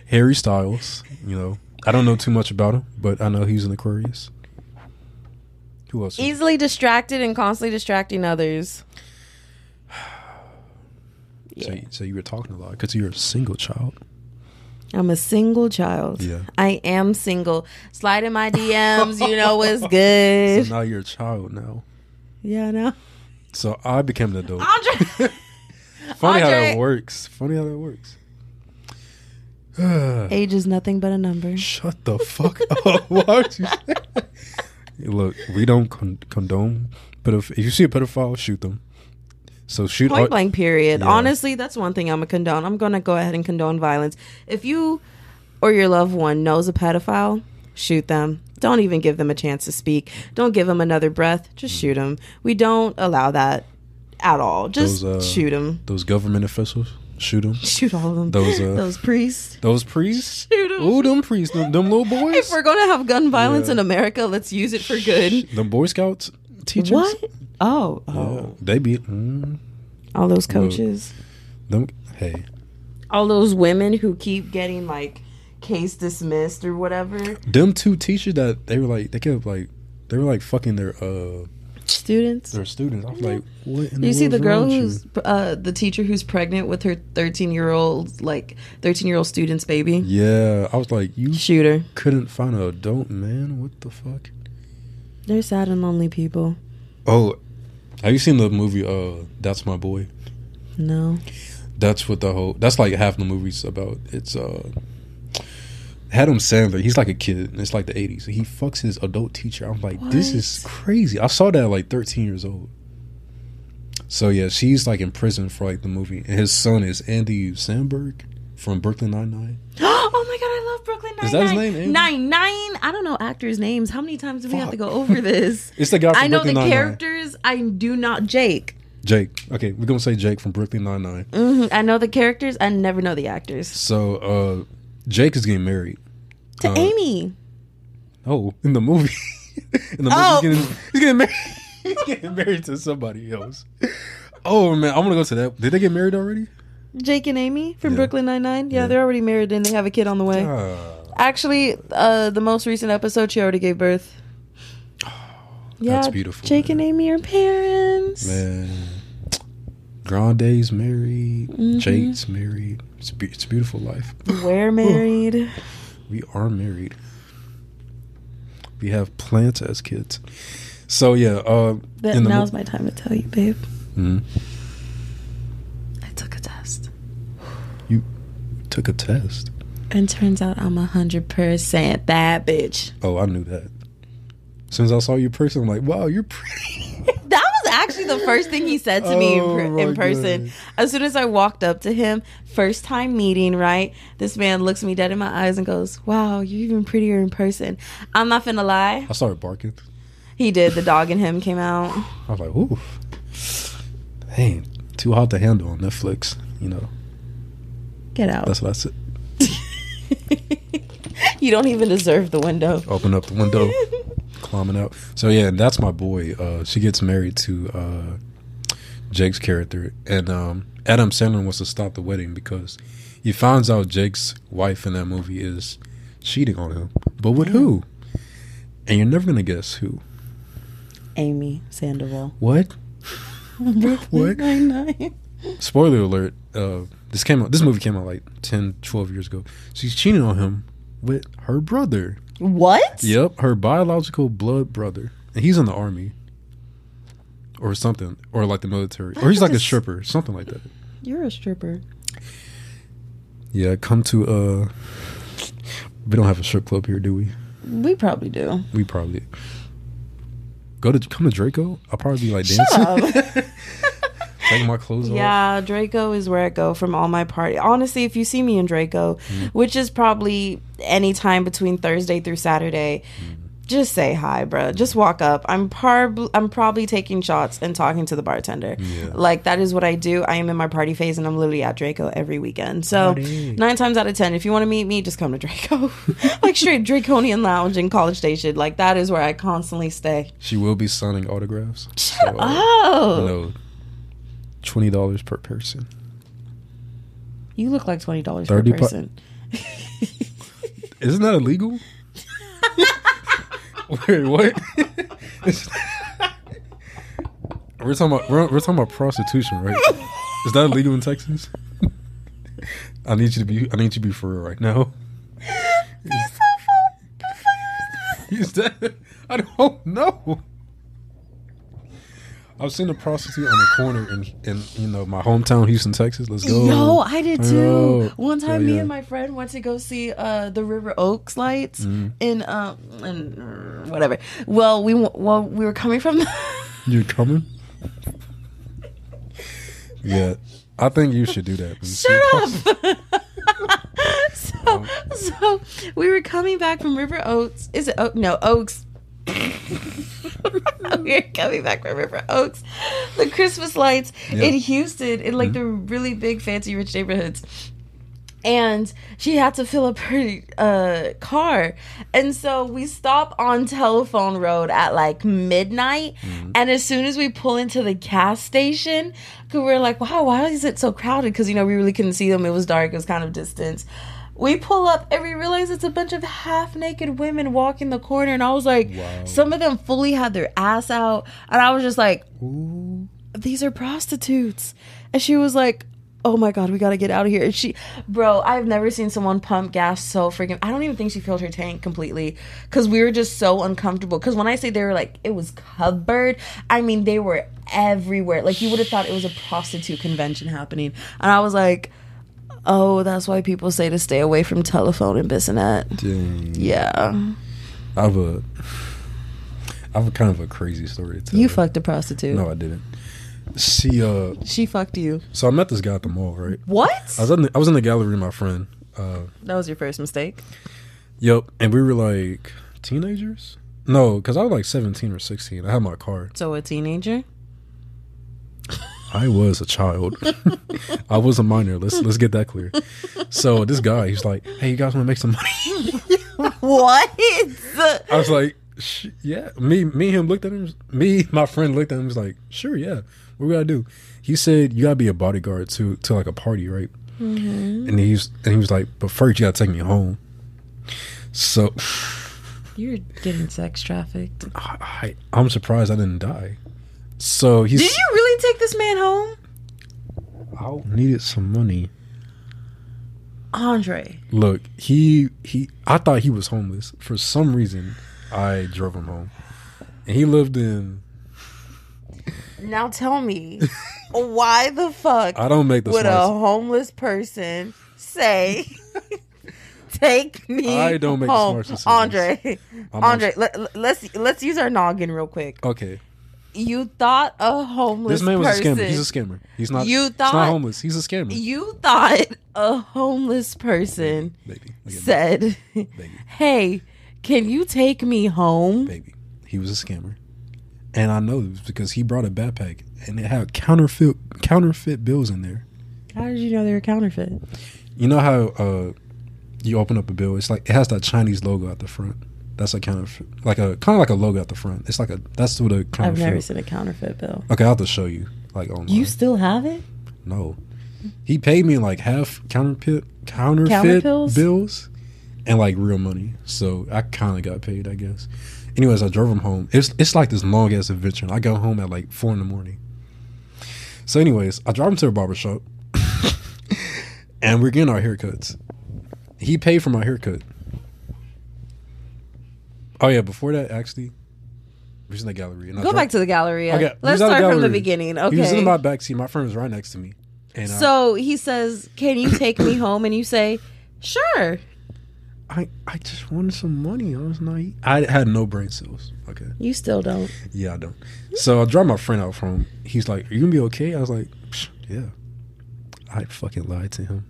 Speaker 1: Harry Styles. You know, I don't know too much about him, but I know he's an Aquarius. Who else? is-
Speaker 2: Easily distracted and constantly distracting others.
Speaker 1: so, you- so you were talking a lot because you're a single child.
Speaker 2: I'm a single child.
Speaker 1: Yeah.
Speaker 2: I am single. Slide in my DMs, you know what's good.
Speaker 1: Now you're a child now.
Speaker 2: Yeah, I know.
Speaker 1: So I became an adult.
Speaker 2: Andre,
Speaker 1: Funny how that
Speaker 2: Ah, Andre.
Speaker 1: works. Funny how that works.
Speaker 2: age is nothing but a number.
Speaker 1: Shut the fuck up. Why would you say that? Look, we don't con- condone, but if, if you see a pedophile, shoot them. So shoot.
Speaker 2: Point
Speaker 1: all-
Speaker 2: blank period.
Speaker 1: Yeah.
Speaker 2: Honestly, that's one thing I'm gonna condone. I'm gonna go ahead and condone violence. If you or your loved one knows a pedophile, shoot them. Don't even give them a chance to speak. Don't give them another breath. Just shoot them. We don't allow that at all. Just shoot 'em.
Speaker 1: Those, uh,
Speaker 2: shoot them.
Speaker 1: Those government officials. Shoot them.
Speaker 2: Shoot all of them.
Speaker 1: those, uh,
Speaker 2: those priests.
Speaker 1: Those priests.
Speaker 2: Shoot 'em.
Speaker 1: Ooh, them priests. Them, them little boys.
Speaker 2: If we're gonna have gun violence
Speaker 1: Yeah.
Speaker 2: in America, let's use it for good.
Speaker 1: them Boy Scouts teachers.
Speaker 2: What? Oh,
Speaker 1: Yeah,
Speaker 2: oh,
Speaker 1: they be mm,
Speaker 2: all those coaches.
Speaker 1: them. Hey,
Speaker 2: all those women who keep getting like case dismissed or whatever
Speaker 1: them two teachers that they were like they kept like they were like fucking their uh
Speaker 2: students
Speaker 1: their students. I was like, what? In
Speaker 2: you see the
Speaker 1: world's
Speaker 2: girl
Speaker 1: wrong with
Speaker 2: who's
Speaker 1: you?
Speaker 2: uh, the teacher who's pregnant with her 13 year old like 13 year old student's baby
Speaker 1: Yeah, I was like, you
Speaker 2: shooter
Speaker 1: couldn't find an adult man. What the fuck?
Speaker 2: they're sad and lonely people
Speaker 1: Oh, have you seen the movie? Uh, that's my boy.
Speaker 2: no
Speaker 1: That's what the whole. That's like half the movie's about. It's uh, Adam Sandler. He's like a kid. And it's like the eighties. He fucks his adult teacher. I'm like, this is
Speaker 2: What?
Speaker 1: crazy. I saw that at like thirteen years old. So yeah, she's like in prison for like the movie, and his son is Andy Sandberg from Brooklyn Nine Nine.
Speaker 2: oh my god i love brooklyn nine
Speaker 1: Is that his name, Andy?
Speaker 2: nine nine i don't know actors names how many times do we have to
Speaker 1: Fuck.
Speaker 2: go over this
Speaker 1: It's the guy. From
Speaker 2: i know
Speaker 1: Brooklyn
Speaker 2: the
Speaker 1: Nine-Nine.
Speaker 2: characters i do not jake
Speaker 1: Jake. Okay, we're gonna say Jake from Brooklyn Nine Nine.
Speaker 2: Mhm, i know the characters i never know the actors
Speaker 1: So uh, Jake is getting married.
Speaker 2: to
Speaker 1: Uh,
Speaker 2: amy
Speaker 1: Oh, in the movie. in the
Speaker 2: Oh.
Speaker 1: movie, he's getting, he's getting married. he's getting married to somebody else. Oh man, I'm gonna go to that. Did they get married already?
Speaker 2: Jake and Amy from
Speaker 1: Yeah.
Speaker 2: Brooklyn Nine Nine. Yeah, they're already married and they have a kid on the way.
Speaker 1: Uh,
Speaker 2: Actually, uh, the most recent episode, she already gave birth. Yeah,
Speaker 1: That's beautiful,
Speaker 2: Jake and
Speaker 1: man.
Speaker 2: Amy are parents.
Speaker 1: man, Grande's married. Jake's married. It's a, be- it's a beautiful life.
Speaker 2: We're married.
Speaker 1: We are married. We have plants as kids. So yeah, uh,
Speaker 2: That,
Speaker 1: in the
Speaker 2: now's
Speaker 1: mo-
Speaker 2: my time to tell you, babe.
Speaker 1: Mhm.
Speaker 2: I took a test,
Speaker 1: you took a test.
Speaker 2: and turns out I'm hundred percent that bitch.
Speaker 1: Oh, I knew that. As soon as I saw you in person, I'm like, wow, you're pretty.
Speaker 2: That was actually the first thing he said to me in,
Speaker 1: Oh,
Speaker 2: per-
Speaker 1: my
Speaker 2: in person.
Speaker 1: goodness.
Speaker 2: As soon as I walked up to him, first time meeting, right? This man looks me dead in my eyes and goes, Wow, you're even prettier in person. I'm not finna lie.
Speaker 1: I started barking.
Speaker 2: He did. The dog in him came out.
Speaker 1: I was like, ooh, dang, too hot to handle on Netflix. You know,
Speaker 2: Get out.
Speaker 1: that's what I said.
Speaker 2: you don't even deserve the window.
Speaker 1: Open up the window, climbing out. So yeah, and that's my boy. Uh, she gets married to uh, Jake's character, and um, Adam Sandler wants to stop the wedding because he finds out Jake's wife in that movie is cheating on him, but with who? And you're never gonna guess who.
Speaker 2: Amy Sandoval.
Speaker 1: What? What?
Speaker 2: Nine, nine.
Speaker 1: spoiler alert uh this came out this movie came out like 10 12 years ago she's cheating on him with her brother
Speaker 2: What?
Speaker 1: yep her biological blood brother and he's in the army or something or like the military or he's like a stripper something like that
Speaker 2: You're a stripper.
Speaker 1: yeah come to uh we don't have a strip club here do we
Speaker 2: We probably do.
Speaker 1: we probably go to come to draco i'll probably be like dancing taking my clothes off
Speaker 2: Yeah, Draco is where I go from all my party. Honestly, if you see me in Draco, which is probably any time between Thursday through Saturday, just say hi, bro. Just walk up. I'm prob- I'm probably taking shots and talking to the bartender. Like that is what I do. I am in my party phase, and I'm literally at Draco every weekend. So nine times out of ten, if you want to meet me, just come to Draco, like straight Draconian Lounge in College Station. Like that is where I constantly stay.
Speaker 1: she will be signing autographs shut
Speaker 2: Oh,
Speaker 1: no twenty dollars per person.
Speaker 2: you look like twenty dollars per
Speaker 1: 30 pu-
Speaker 2: person.
Speaker 1: Isn't that illegal? Wait, what? Is- we're talking about we're, we're talking about prostitution, right? Is that illegal in Texas? I need you to be I need you to be for real right now. Is that? I don't know. I've seen a prostitute on the corner in, in you know my hometown, Houston, Texas. Let's go.
Speaker 2: Yo, I did too.
Speaker 1: Yo.
Speaker 2: One time,
Speaker 1: Oh. Yeah,
Speaker 2: me
Speaker 1: yeah.
Speaker 2: and my friend went to go see uh, the River Oaks lights
Speaker 1: Mm-hmm.
Speaker 2: in um in uh, whatever. Well, we w- well we were coming from.
Speaker 1: You're coming? Yeah, I think you should do that. Boosie.
Speaker 2: Shut up.
Speaker 1: Oh.
Speaker 2: so, so we were coming back from River Oaks. Is it Oak? No, Oaks. we were coming back from River Oaks. The Christmas lights
Speaker 1: Yeah. Mm-hmm.
Speaker 2: in Houston, in like the really big, fancy, rich neighborhoods. And she had to fill up her uh, car. And so we stop on Telephone Road at like midnight. And as soon as we pull into the gas station, 'cause we're like, wow, why is it so crowded? Because, you know, we really couldn't see them. It was dark, it was kind of distant. We pull up and we realize it's a bunch of half naked women walking the corner. And I was like, some of them fully had their ass out. And I was just like, these are prostitutes. And she was like, Oh my god, we gotta get out of here. And she bro, I've never seen someone pump gas so freaking I don't even think she filled her tank completely. Cause we were just so uncomfortable. Cause when I say they were like it was covered, I mean they were everywhere. Like you would have thought it was a prostitute convention happening. And I was like, Oh, that's why people say to stay away from telephone and bassinet.
Speaker 1: Dang.
Speaker 2: Yeah.
Speaker 1: I have a, I have a kind of a crazy story to tell.
Speaker 2: You fucked a prostitute.
Speaker 1: No, I didn't. She uh,
Speaker 2: She fucked you.
Speaker 1: so I met this guy at the mall, right?
Speaker 2: What?
Speaker 1: I was in the, I was in the gallery with my friend. Uh,
Speaker 2: that was your first mistake.
Speaker 1: yep, and we were like teenagers. No, because I was like seventeen or sixteen. I had my card.
Speaker 2: So a teenager?
Speaker 1: I was a child. I was a minor. Let's let's get that clear. So this guy, he's like, "Hey, you guys want to make some money?"
Speaker 2: What?
Speaker 1: I was like, "Sh- "Yeah." Me, me, and him looked at him. Me, my friend looked at him. Was like, "Sure, yeah. What we gotta do?" He said, "You gotta be a bodyguard to to like a party, right?"
Speaker 2: Mm-hmm.
Speaker 1: And he was, and he was like, "But first, you gotta take me home." So
Speaker 2: You're getting sex trafficked.
Speaker 1: I, I am surprised I didn't die. So he's
Speaker 2: Did you really take this man home?
Speaker 1: I needed some money.
Speaker 2: Andre.
Speaker 1: Look, he he I thought he was homeless. For some reason, I drove him home. And he lived in
Speaker 2: Now tell me, why the fuck
Speaker 1: I don't make the
Speaker 2: would a
Speaker 1: slightest
Speaker 2: homeless person say, "Take me"?
Speaker 1: I don't make the
Speaker 2: home,
Speaker 1: smartest decisions.
Speaker 2: Andre.
Speaker 1: I'm
Speaker 2: Andre, let, let- let's let's use our noggin real quick.
Speaker 1: Okay.
Speaker 2: You thought a homeless
Speaker 1: This man was
Speaker 2: person.
Speaker 1: a scammer. He's a scammer. He's not
Speaker 2: You
Speaker 1: he's
Speaker 2: thought-
Speaker 1: not homeless. He's a scammer.
Speaker 2: you thought a homeless person
Speaker 1: baby. Look at me.
Speaker 2: said,
Speaker 1: Baby.
Speaker 2: "Hey, can you take me home?"
Speaker 1: Baby. He was a scammer. And I know this because he brought a backpack and it had counterfeit counterfeit bills in there.
Speaker 2: How did you know they were counterfeit?
Speaker 1: You know how uh you open up a bill, it's like it has that Chinese logo at the front. That's a counterfeit like a kind of like a logo at the front. It's like a that's what a counterfeit
Speaker 2: I've never seen a counterfeit bill.
Speaker 1: Okay, I'll have to show you. Like online.
Speaker 2: You still have it?
Speaker 1: no. He paid me like half counterfeit counterfeit
Speaker 2: Counterpills?
Speaker 1: bills and like real money. So I kinda got paid, I guess. Anyways, I drove him home. It's it's like this long ass adventure. and I got home at like four in the morning. So anyways, I drive him to a barber shop and we're getting our haircuts. He paid for my haircut. Oh yeah, before that actually we was in the gallery. and I
Speaker 2: Go
Speaker 1: drove-
Speaker 2: back to the gallery.
Speaker 1: Okay, he
Speaker 2: Let's
Speaker 1: was at a
Speaker 2: start from the
Speaker 1: gallery.
Speaker 2: beginning.
Speaker 1: He was
Speaker 2: Okay.
Speaker 1: in my backseat. My friend was right next to me. And uh, I-
Speaker 2: so he says, "Can you take me home?" And you say, "Sure."
Speaker 1: I, I just wanted some money. I was not. I had no brain cells. Okay.
Speaker 2: You still don't.
Speaker 1: Yeah, I don't. So I dropped my friend out from. him. He's like, "Are you gonna be okay?" I was like, "Psh, "Yeah." I fucking lied to him.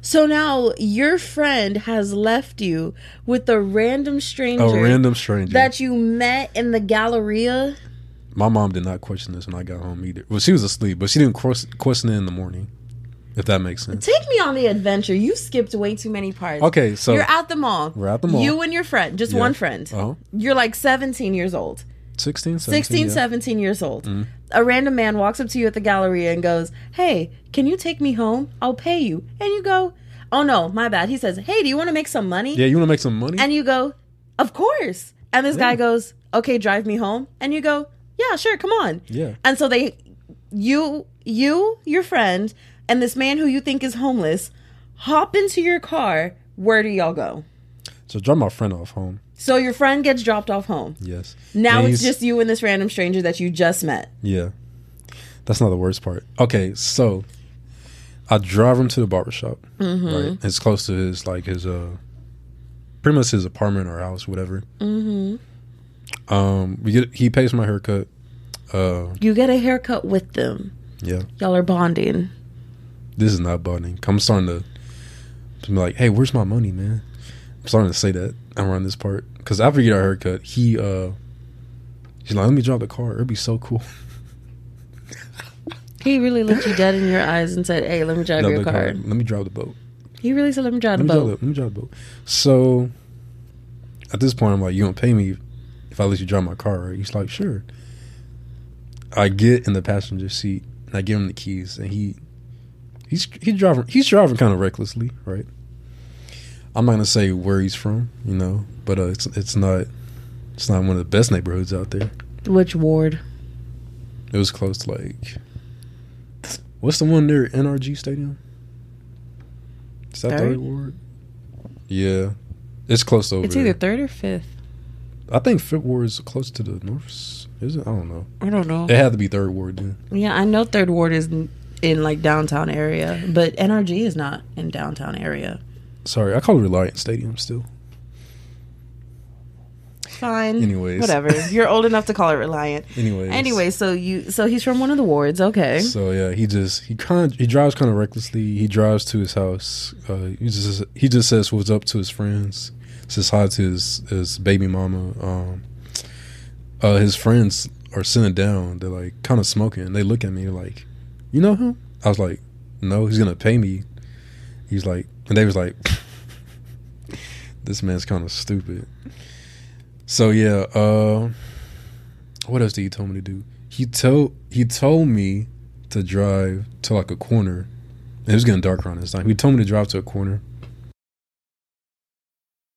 Speaker 2: So now your friend has left you with a random stranger
Speaker 1: A random stranger.
Speaker 2: that you met in the galleria.
Speaker 1: my mom did not question this when I got home either. Well, she was asleep, but she didn't cross, question it in the morning. If that makes sense.
Speaker 2: Take me on the adventure. You skipped way too many parts.
Speaker 1: Okay, so
Speaker 2: You're at the mall.
Speaker 1: We're at the mall.
Speaker 2: You and your friend, just
Speaker 1: Yeah.
Speaker 2: one friend.
Speaker 1: Uh-huh.
Speaker 2: You're like 17 years old.
Speaker 1: 16, 17,
Speaker 2: 16,
Speaker 1: yeah. Mm.
Speaker 2: 17 years old. A random man walks up to you at the gallery and goes, Hey, can you take me home? I'll pay you. And you go, Oh no, my bad. He says, Hey, do you want to make some money?
Speaker 1: Yeah, you want to make some money?
Speaker 2: And you go, Of course. And this guy goes, Okay, drive me home. And you go, Yeah, sure, come on.
Speaker 1: Yeah.
Speaker 2: And so they, you, you, your friend, and this man who you think is homeless hop into your car. Where do y'all go?
Speaker 1: so drop my friend off home.
Speaker 2: So your friend gets dropped off home.
Speaker 1: Yes.
Speaker 2: Now
Speaker 1: And
Speaker 2: it's
Speaker 1: he's-
Speaker 2: just you and this random stranger that you just met.
Speaker 1: Yeah. That's not the worst part. Okay, so I drive him to the barbershop. Right. It's close to his like his uh pretty much his apartment or house, whatever. Mm-hmm. Um we get he pays for my haircut. Uh,
Speaker 2: You get a haircut with them.
Speaker 1: yeah.
Speaker 2: Y'all are bonding.
Speaker 1: This is not bonding. I'm starting to be like, hey, where's my money, man? I'm starting to say that around this part because after you get our haircut, he uh, he's like, let me drop the car. It'd be so cool.
Speaker 2: He really looked you dead in your eyes and said, "Hey, let me drive
Speaker 1: Drop
Speaker 2: your
Speaker 1: the
Speaker 2: car."
Speaker 1: car. Let me drive the boat.
Speaker 2: He really said, "Let me drive the
Speaker 1: Let me,
Speaker 2: boat."
Speaker 1: drive the, let me drive the boat. So at this point, I'm like, you gonna pay me if I let you drive my car, right? He's like, sure. I get in the passenger seat and I give him the keys, and he he's he's driving he's driving kind of recklessly, right? I'm not gonna say where he's from, you know, but uh, it's it's not it's not one of the best neighborhoods out there.
Speaker 2: Which ward?
Speaker 1: It was close to like what's the one near NRG Stadium? Is that
Speaker 2: Third?
Speaker 1: third ward? Yeah. It's close to over.
Speaker 2: It's
Speaker 1: there.
Speaker 2: either third or fifth.
Speaker 1: I think fifth ward is close to the north s- is it? I don't know.
Speaker 2: I don't know.
Speaker 1: It had to be third ward then.
Speaker 2: Yeah, I know third ward is in, in like downtown area, but NRG is not in downtown area.
Speaker 1: Sorry, I call it Reliant Stadium still.
Speaker 2: Fine.
Speaker 1: Anyways.
Speaker 2: whatever. You're old enough to call it Reliant.
Speaker 1: Anyways.
Speaker 2: Anyway, so you so he's from one of the wards. Okay.
Speaker 1: So yeah, he just he kind he drives kind of recklessly. He drives to his house. Uh, he just he just says what's up to his friends. Says hi to his his baby mama. Um, uh, his friends are sitting down. They're like kind of smoking. And they look at me like, you know him? I was like, no. He's gonna pay me. He's like, and they was like, this man's kind of stupid. So yeah. Uh, what else did he tell me to do? He told he told me to drive to like a corner. It was getting dark around this time. He told me to drive to a corner.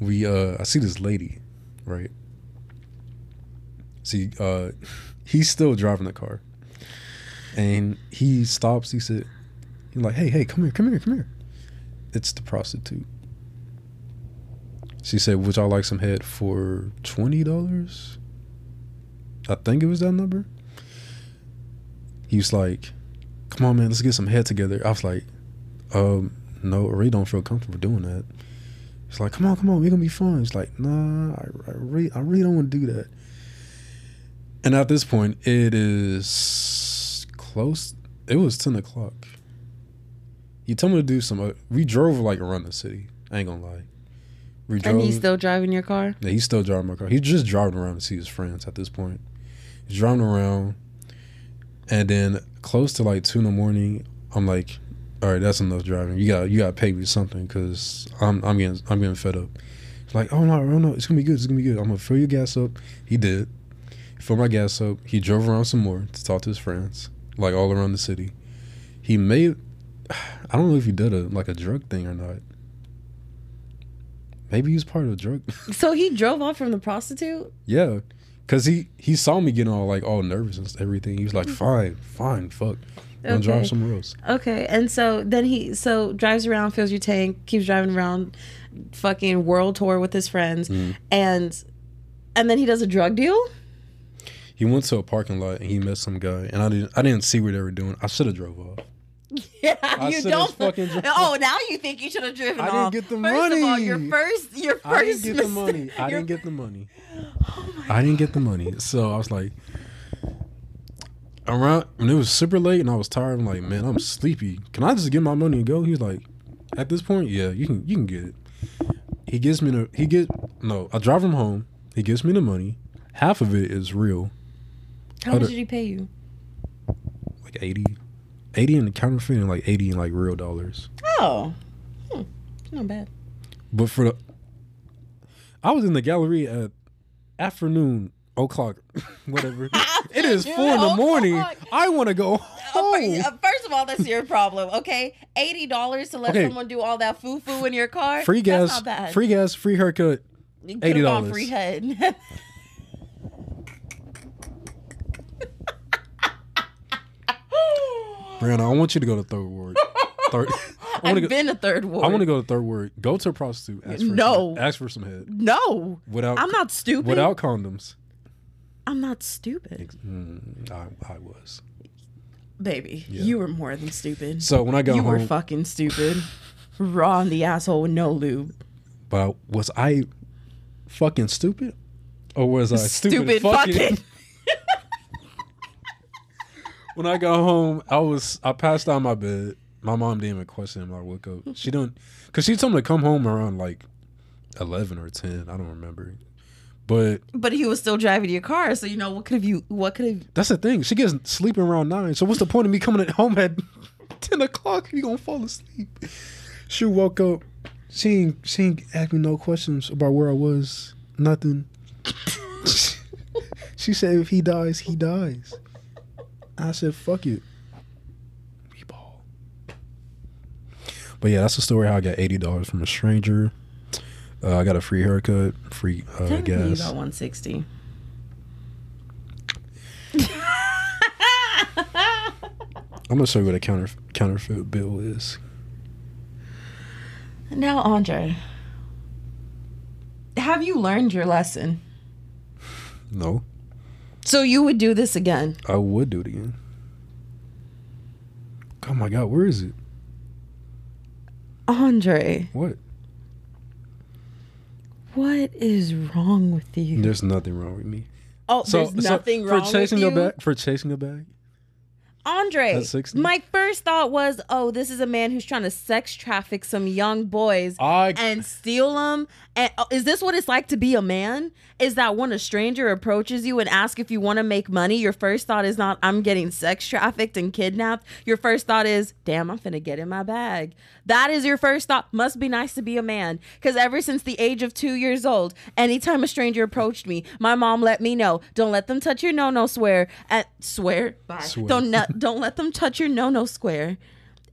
Speaker 1: We uh I see this lady, right? See, uh he's still driving the car. And he stops, he said he's like, Hey, hey, come here, come here, come here. It's the prostitute. She said, Would y'all like some head for twenty dollars? I think it was that number. He was like, Come on man, let's get some head together. I was like, um, no, I really don't feel comfortable doing that. It's like, come on, come on, we're gonna be fun. It's like, nah, I, I really, I really don't want to do that. And at this point, it is close. It was ten o'clock. He told me to do some. oth- we drove like around the city. I ain't gonna lie. We
Speaker 2: and he's
Speaker 1: drove-
Speaker 2: still driving your car.
Speaker 1: yeah, he's still driving my car. He's just driving around to see his friends at this point. He's driving around, and then close to like two in the morning, I'm like, "All right, that's enough driving. You got you got to pay me something because I'm I'm getting I'm getting fed up." He's like, "Oh no, oh no, it's gonna be good. It's gonna be good. I'm gonna fill your gas up." He did. He filled my gas up. He drove around some more to talk to his friends, like all around the city. He made. I don't know if he did a like a drug thing or not. Maybe he was part of a drug.
Speaker 2: So he drove off from the prostitute.
Speaker 1: Yeah, cause he he saw me getting all like all nervous and everything. He was like, "Fine, fine, fuck, gonna drive
Speaker 2: Okay.
Speaker 1: somewhere else."
Speaker 2: Okay, and so then he so drives around, fills your tank, keeps driving around, fucking world tour with his friends,
Speaker 1: Mm.
Speaker 2: and and then he does a drug deal.
Speaker 1: He went to a parking lot and he met some guy, and I didn't I didn't see what they were doing. I should have drove off.
Speaker 2: Yeah,
Speaker 1: I
Speaker 2: you
Speaker 1: should've
Speaker 2: don't.
Speaker 1: fucking dri-
Speaker 2: oh, now you think you should have driven
Speaker 1: I didn't
Speaker 2: off.
Speaker 1: get the
Speaker 2: first Of all,
Speaker 1: money.
Speaker 2: your first, your first.
Speaker 1: I didn't get the
Speaker 2: mis-
Speaker 1: money. I
Speaker 2: your-
Speaker 1: didn't get the money. I didn't get the money. So I was like, around when it was super late and I was tired. I'm like, man, I'm sleepy. Can I just get my money and go? He's like, at this point, yeah, you can you can get it. He gives me the he get no. I drive him home. He gives me the money. Half of it is real,
Speaker 2: How much
Speaker 1: Other-
Speaker 2: did he pay you?
Speaker 1: like 80, 80 in the counterfeit and like eighty in like real dollars.
Speaker 2: Oh, hmm. not bad.
Speaker 1: But for the, I was in the gallery at afternoon o'clock, whatever. it is four in the
Speaker 2: Afternoon
Speaker 1: morning.
Speaker 2: o'clock.
Speaker 1: I want to
Speaker 2: Oh,
Speaker 1: go
Speaker 2: fir-
Speaker 1: home.
Speaker 2: uh, first of all, that's your problem, okay? Eighty dollars to let
Speaker 1: Okay.
Speaker 2: someone do all that foo foo in your car.
Speaker 1: Free
Speaker 2: That's
Speaker 1: gas,
Speaker 2: not bad.
Speaker 1: free gas, free haircut.
Speaker 2: You could've gone
Speaker 1: $80.
Speaker 2: Free head.
Speaker 1: Brianna, I want you to go to third ward. Third. I
Speaker 2: I've
Speaker 1: want to go.
Speaker 2: been a third ward.
Speaker 1: I want to go to third ward. Go to a prostitute. Ask for
Speaker 2: No.
Speaker 1: Some, ask for some head
Speaker 2: No,
Speaker 1: without.
Speaker 2: I'm not stupid.
Speaker 1: Without condoms.
Speaker 2: I'm not stupid,
Speaker 1: I, I was.
Speaker 2: baby. You were more than stupid.
Speaker 1: So when I got
Speaker 2: you were
Speaker 1: home,
Speaker 2: fucking stupid, raw in the asshole with no lube.
Speaker 1: but was I fucking stupid, or was I stupid,
Speaker 2: Stupid fucking.
Speaker 1: when I got home, I was I passed out in my bed. My mom didn't even question him. I woke up. She didn't, cause she told me to come home around like eleven or ten. I don't remember. But
Speaker 2: But he was still driving your car, so you know what could have you? What could have?
Speaker 1: that's the thing. She gets sleeping around nine. So what's the point of me coming at home at ten o'clock? if You gonna fall asleep. She woke up. She ain't, she ain't asked me no questions about where I was. Nothing. she said if he dies, he dies. I said fuck it. We ball. But yeah, that's the story how I got eighty dollars from a stranger. Uh, I got a free haircut, free uh,
Speaker 2: Technically, you
Speaker 1: gas.
Speaker 2: got 160.
Speaker 1: I'm gonna show you what a counter counterfeit bill is.
Speaker 2: Now, Andre, have you learned your lesson?
Speaker 1: No.
Speaker 2: So you would do this again?
Speaker 1: I would do it again. Oh my god, where is it?
Speaker 2: Andre,
Speaker 1: What?
Speaker 2: what is wrong with you?
Speaker 1: There's nothing wrong with me.
Speaker 2: Oh,
Speaker 1: So,
Speaker 2: there's
Speaker 1: so
Speaker 2: nothing wrong
Speaker 1: for chasing
Speaker 2: with you.
Speaker 1: a bag. For chasing a bag.
Speaker 2: Andre,
Speaker 1: At 60?
Speaker 2: my first thought was, oh, this is a man who's trying to sex traffic some young boys
Speaker 1: I-
Speaker 2: and steal them. And oh, is this what it's like to be a man? Is that when a stranger approaches you and asks if you want to make money, your first thought is not, I'm getting sex trafficked and kidnapped. Your first thought is, damn, I'm finna get in my bag. That is your first thought. Must be nice to be a man. Because ever since the age of two years old, anytime a stranger approached me, my mom let me know, don't let them touch your no no swear. At, swear? Bye.
Speaker 1: Swear.
Speaker 2: Don't not, don't let them touch your no no square.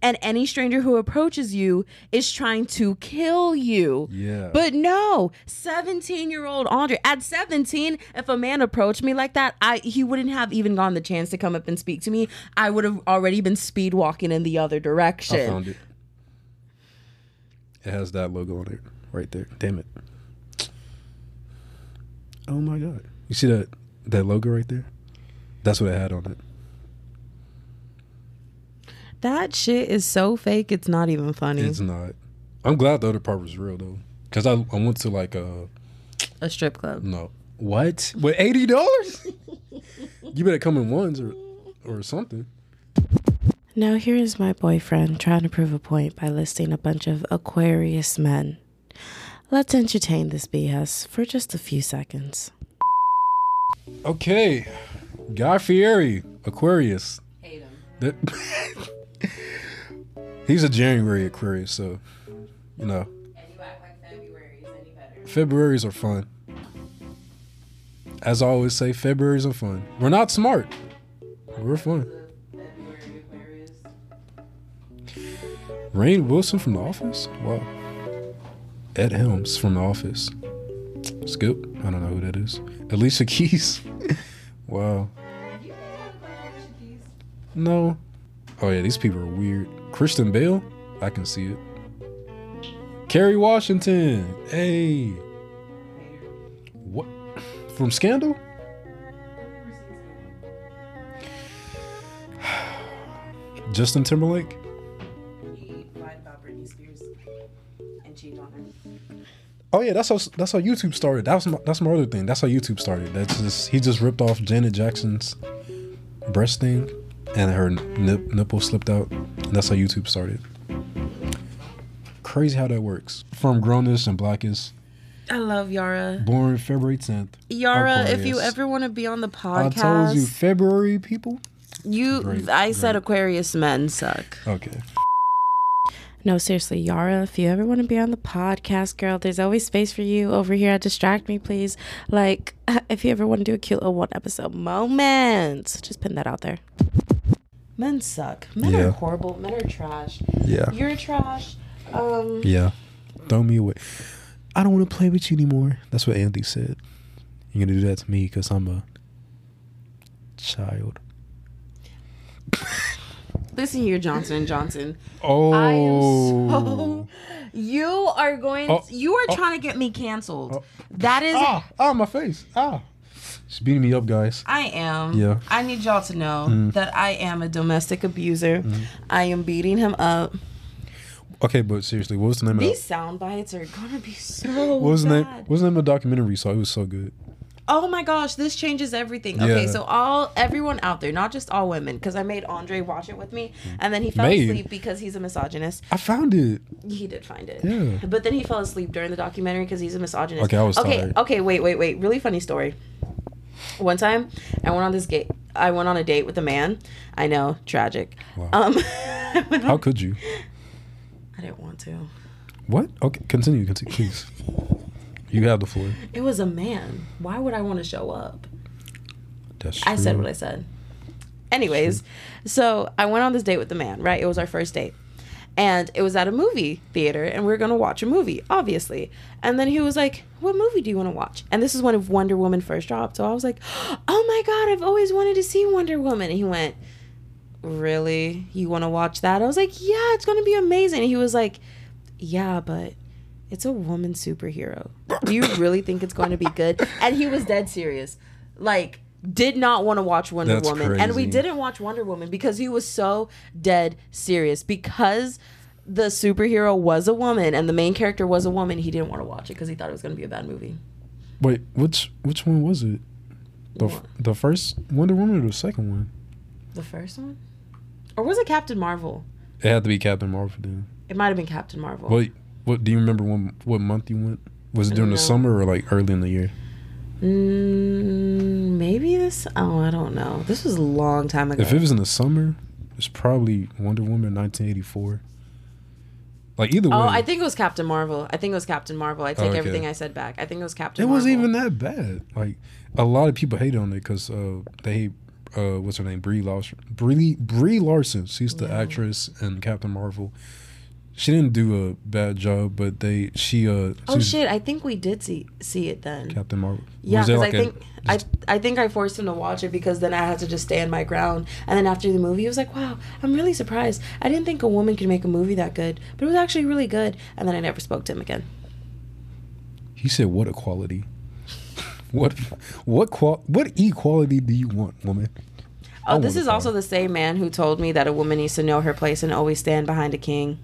Speaker 2: And any stranger who approaches you is trying to kill you.
Speaker 1: Yeah.
Speaker 2: But no, 17 year old Andre. At 17, if a man approached me like that, I he wouldn't have even gone the chance to come up and speak to me. I would have already been speed walking in the other direction.
Speaker 1: I found it. It has that logo on it right there. Damn it. Oh my god. You see that that logo right there? That's what I had on it.
Speaker 2: That shit is so fake, it's not even funny.
Speaker 1: It's not. I'm glad the other part was real though. Cause I, I went to like uh
Speaker 2: a strip club.
Speaker 1: No. What? With eighty dollars? you better come in ones or or something.
Speaker 2: Now, here is my boyfriend trying to prove a point by listing a bunch of Aquarius men. Let's entertain this BS for just a few seconds.
Speaker 1: Okay. Guy Fieri, Aquarius. Hate him. He's a January Aquarius, so you know. Februarys are fun. As I always say, Februarys are fun. We're not smart. We're fun. Rain Wilson from The Office? Wow. Ed Helms from The Office. Skip? I don't know who that is. Alicia Keys? wow. No. Oh, yeah, these people are weird. Kristen Bell? I can see it. Kerry Washington. Hey. What? From Scandal? Justin Timberlake? Oh yeah, that's how that's how YouTube started. That was my, that's my other thing. That's how YouTube started. That's just he just ripped off Janet Jackson's breast thing, and her nip, nipple slipped out. And that's how YouTube started. Crazy how that works. From Grownish and Blackest,
Speaker 2: I love Yara.
Speaker 1: born February tenth.
Speaker 2: Yara, if you ever want to be on the
Speaker 1: I
Speaker 2: podcast,
Speaker 1: told you February people.
Speaker 2: you,
Speaker 1: Great,
Speaker 2: I said Aquarius men suck.
Speaker 1: Okay.
Speaker 4: No, seriously, Yara, if you ever want to be on the podcast, girl, there's always space for you over here at Distract Me, please. Like, if you ever want to do a cute little one episode moment, just pin that out there.
Speaker 2: Men suck. Men
Speaker 1: Yeah.
Speaker 2: are horrible. Men are trash.
Speaker 1: Yeah.
Speaker 2: You're trash. Um,
Speaker 1: Yeah. Throw me away. I don't want to play with you anymore. That's what Andy said. You're going to do that to me because I'm a child.
Speaker 2: Listen here, Johnson and Johnson.
Speaker 1: Oh,
Speaker 2: I am so. You are going.
Speaker 1: Oh,
Speaker 2: you are
Speaker 1: oh.
Speaker 2: trying to get me canceled. that is.
Speaker 1: ah, ah, my face, ah. She's beating me up, guys.
Speaker 2: I am.
Speaker 1: Yeah. Mm.
Speaker 2: I need y'all to know that I am a domestic abuser. I am beating him up.
Speaker 1: Okay, but seriously, what was the name of
Speaker 2: These
Speaker 1: that?
Speaker 2: sound bites are gonna be so.
Speaker 1: What was the name?
Speaker 2: bad.
Speaker 1: What was the name of the documentary? So it was so good.
Speaker 2: oh my gosh, this changes everything. Okay,
Speaker 1: Yeah.
Speaker 2: so all everyone out there, not just all women, because I made Andre watch it with me, and then he fell
Speaker 1: Mm. Made?
Speaker 2: asleep because he's a misogynist.
Speaker 1: I found it.
Speaker 2: He did find it,
Speaker 1: Yeah.
Speaker 2: but then he fell asleep during the documentary because he's a misogynist.
Speaker 1: Okay, I was
Speaker 2: okay.
Speaker 1: tired.
Speaker 2: Okay, wait, wait, wait. Really funny story. One time, I went on this gate. I went on a date with a man. I know, tragic. Um, I, went on-
Speaker 1: How could you?
Speaker 2: I didn't want to.
Speaker 1: What? Okay, continue, continue, please. You have the floor.
Speaker 2: It was a man. Why would I want to show up?
Speaker 1: That's
Speaker 2: I said
Speaker 1: true.
Speaker 2: what I said. Anyways, so I went on this date with the man, right? It was our first date. And it was at a movie theater, and we were going to watch a movie, obviously. And then he was like, What movie do you want to watch? And this is when Wonder Woman first dropped. So I was like, Oh my God, I've always wanted to see Wonder Woman. And he went, Really? You want to watch that? I was like, Yeah, it's going to be amazing. And he was like, Yeah, but it's a woman superhero. Do you really think it's going to be good? And he was dead serious. Like, did not want to watch Wonder
Speaker 1: That's
Speaker 2: Woman. And we
Speaker 1: crazy.
Speaker 2: didn't watch Wonder Woman because he was so dead serious. Because the superhero was a woman and the main character was a woman, he didn't want to watch it because he thought it was going to be a bad movie.
Speaker 1: Wait, which which one was it? The f- the first Wonder Woman or the second one?
Speaker 2: The first one? Or was it Captain Marvel?
Speaker 1: It had to be Captain Marvel then.
Speaker 2: It might have been Captain Marvel.
Speaker 1: Wait, what do you remember when what month you went? Was it during
Speaker 2: No.
Speaker 1: the summer or like early in the year?
Speaker 2: Mm, maybe this. Oh, I don't know. This was a long time ago.
Speaker 1: If it was in the summer, it's probably Wonder Woman 1984. Like either way,
Speaker 2: Oh, I think it was Captain Marvel. I think it was Captain Marvel. I take
Speaker 1: okay.
Speaker 2: everything I said back. I think it was Captain
Speaker 1: it
Speaker 2: Marvel.
Speaker 1: wasn't even that bad. Like a lot of people hate on it because uh, they hate uh, what's her name Brie Larson. Brie Brie Larson. She's the actress in Captain Marvel. She didn't do a bad job, but they she uh
Speaker 2: Oh
Speaker 1: she's
Speaker 2: shit! I think we did see see it then.
Speaker 1: Captain Marvel.
Speaker 2: yeah,
Speaker 1: Was there
Speaker 2: because
Speaker 1: like
Speaker 2: I
Speaker 1: a-
Speaker 2: think I I think I forced him to watch it because then I had to just stand my ground. And then after the movie, he was like, "Wow, I'm really surprised. I didn't think a woman could make a movie that good, but it was actually really good." And then I never spoke to him again.
Speaker 1: He said, "What equality? what, what qual, what equality do you want, woman?"
Speaker 2: Oh, this
Speaker 1: wanna
Speaker 2: is
Speaker 1: cry.
Speaker 2: also the same man who told me that a woman needs to know her place and always stand behind a king.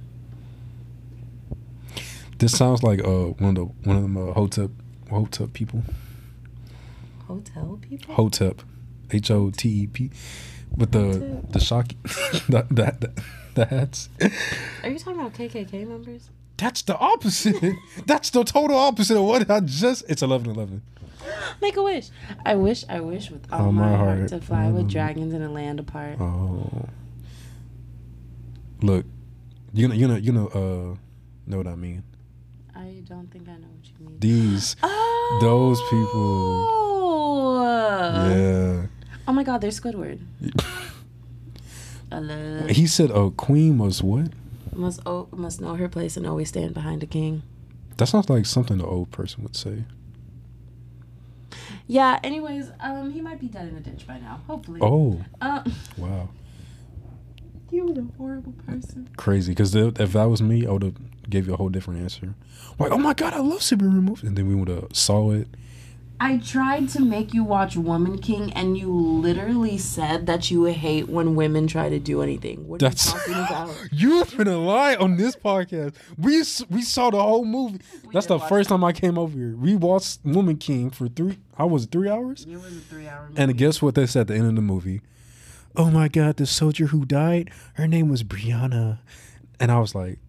Speaker 1: This sounds like uh one of the one of them uh, hotep hotep people
Speaker 2: Hotel people.
Speaker 1: hotep, H O T E P, with the the shock the, the, the the hats.
Speaker 2: Are you talking about KKK members?
Speaker 1: That's the opposite. That's the total opposite of what I just. It's eleven eleven.
Speaker 2: Make a wish. I wish, I wish with all
Speaker 1: Oh,
Speaker 2: my,
Speaker 1: my
Speaker 2: heart,
Speaker 1: heart.
Speaker 2: to fly with dragons in a land apart.
Speaker 1: Oh, look, you know you know you know uh know what I mean.
Speaker 2: I don't think I know what you mean.
Speaker 1: These
Speaker 2: Oh,
Speaker 1: those people.
Speaker 5: Oh.
Speaker 1: Yeah.
Speaker 2: Oh my God, there's Squidward. I love
Speaker 1: He said a queen was what?
Speaker 2: must o- must know her place and always stand behind a king.
Speaker 1: That sounds like something an old person would say.
Speaker 2: Yeah. Anyways, um, he might be dead in a ditch by now. Hopefully.
Speaker 1: Oh,
Speaker 2: Uh,
Speaker 1: wow.
Speaker 2: he was a horrible person.
Speaker 1: Crazy. Because if that was me, I would have gave you a whole different answer. Like, oh my God, I love superhero movies. And then we would have saw it.
Speaker 2: I tried to make you watch Woman King, and you literally said that you hate when women try to do anything. What
Speaker 1: That's-
Speaker 2: are you talking about?
Speaker 1: You've been a lie on this podcast. We s- we saw the whole movie. That's the first time I came over here. We watched Woman King for three. I was three hours.
Speaker 2: It was a three-hour
Speaker 1: And guess what they said at the end of the movie? Oh my God, the soldier who died. Her name was Brianna. And I was like,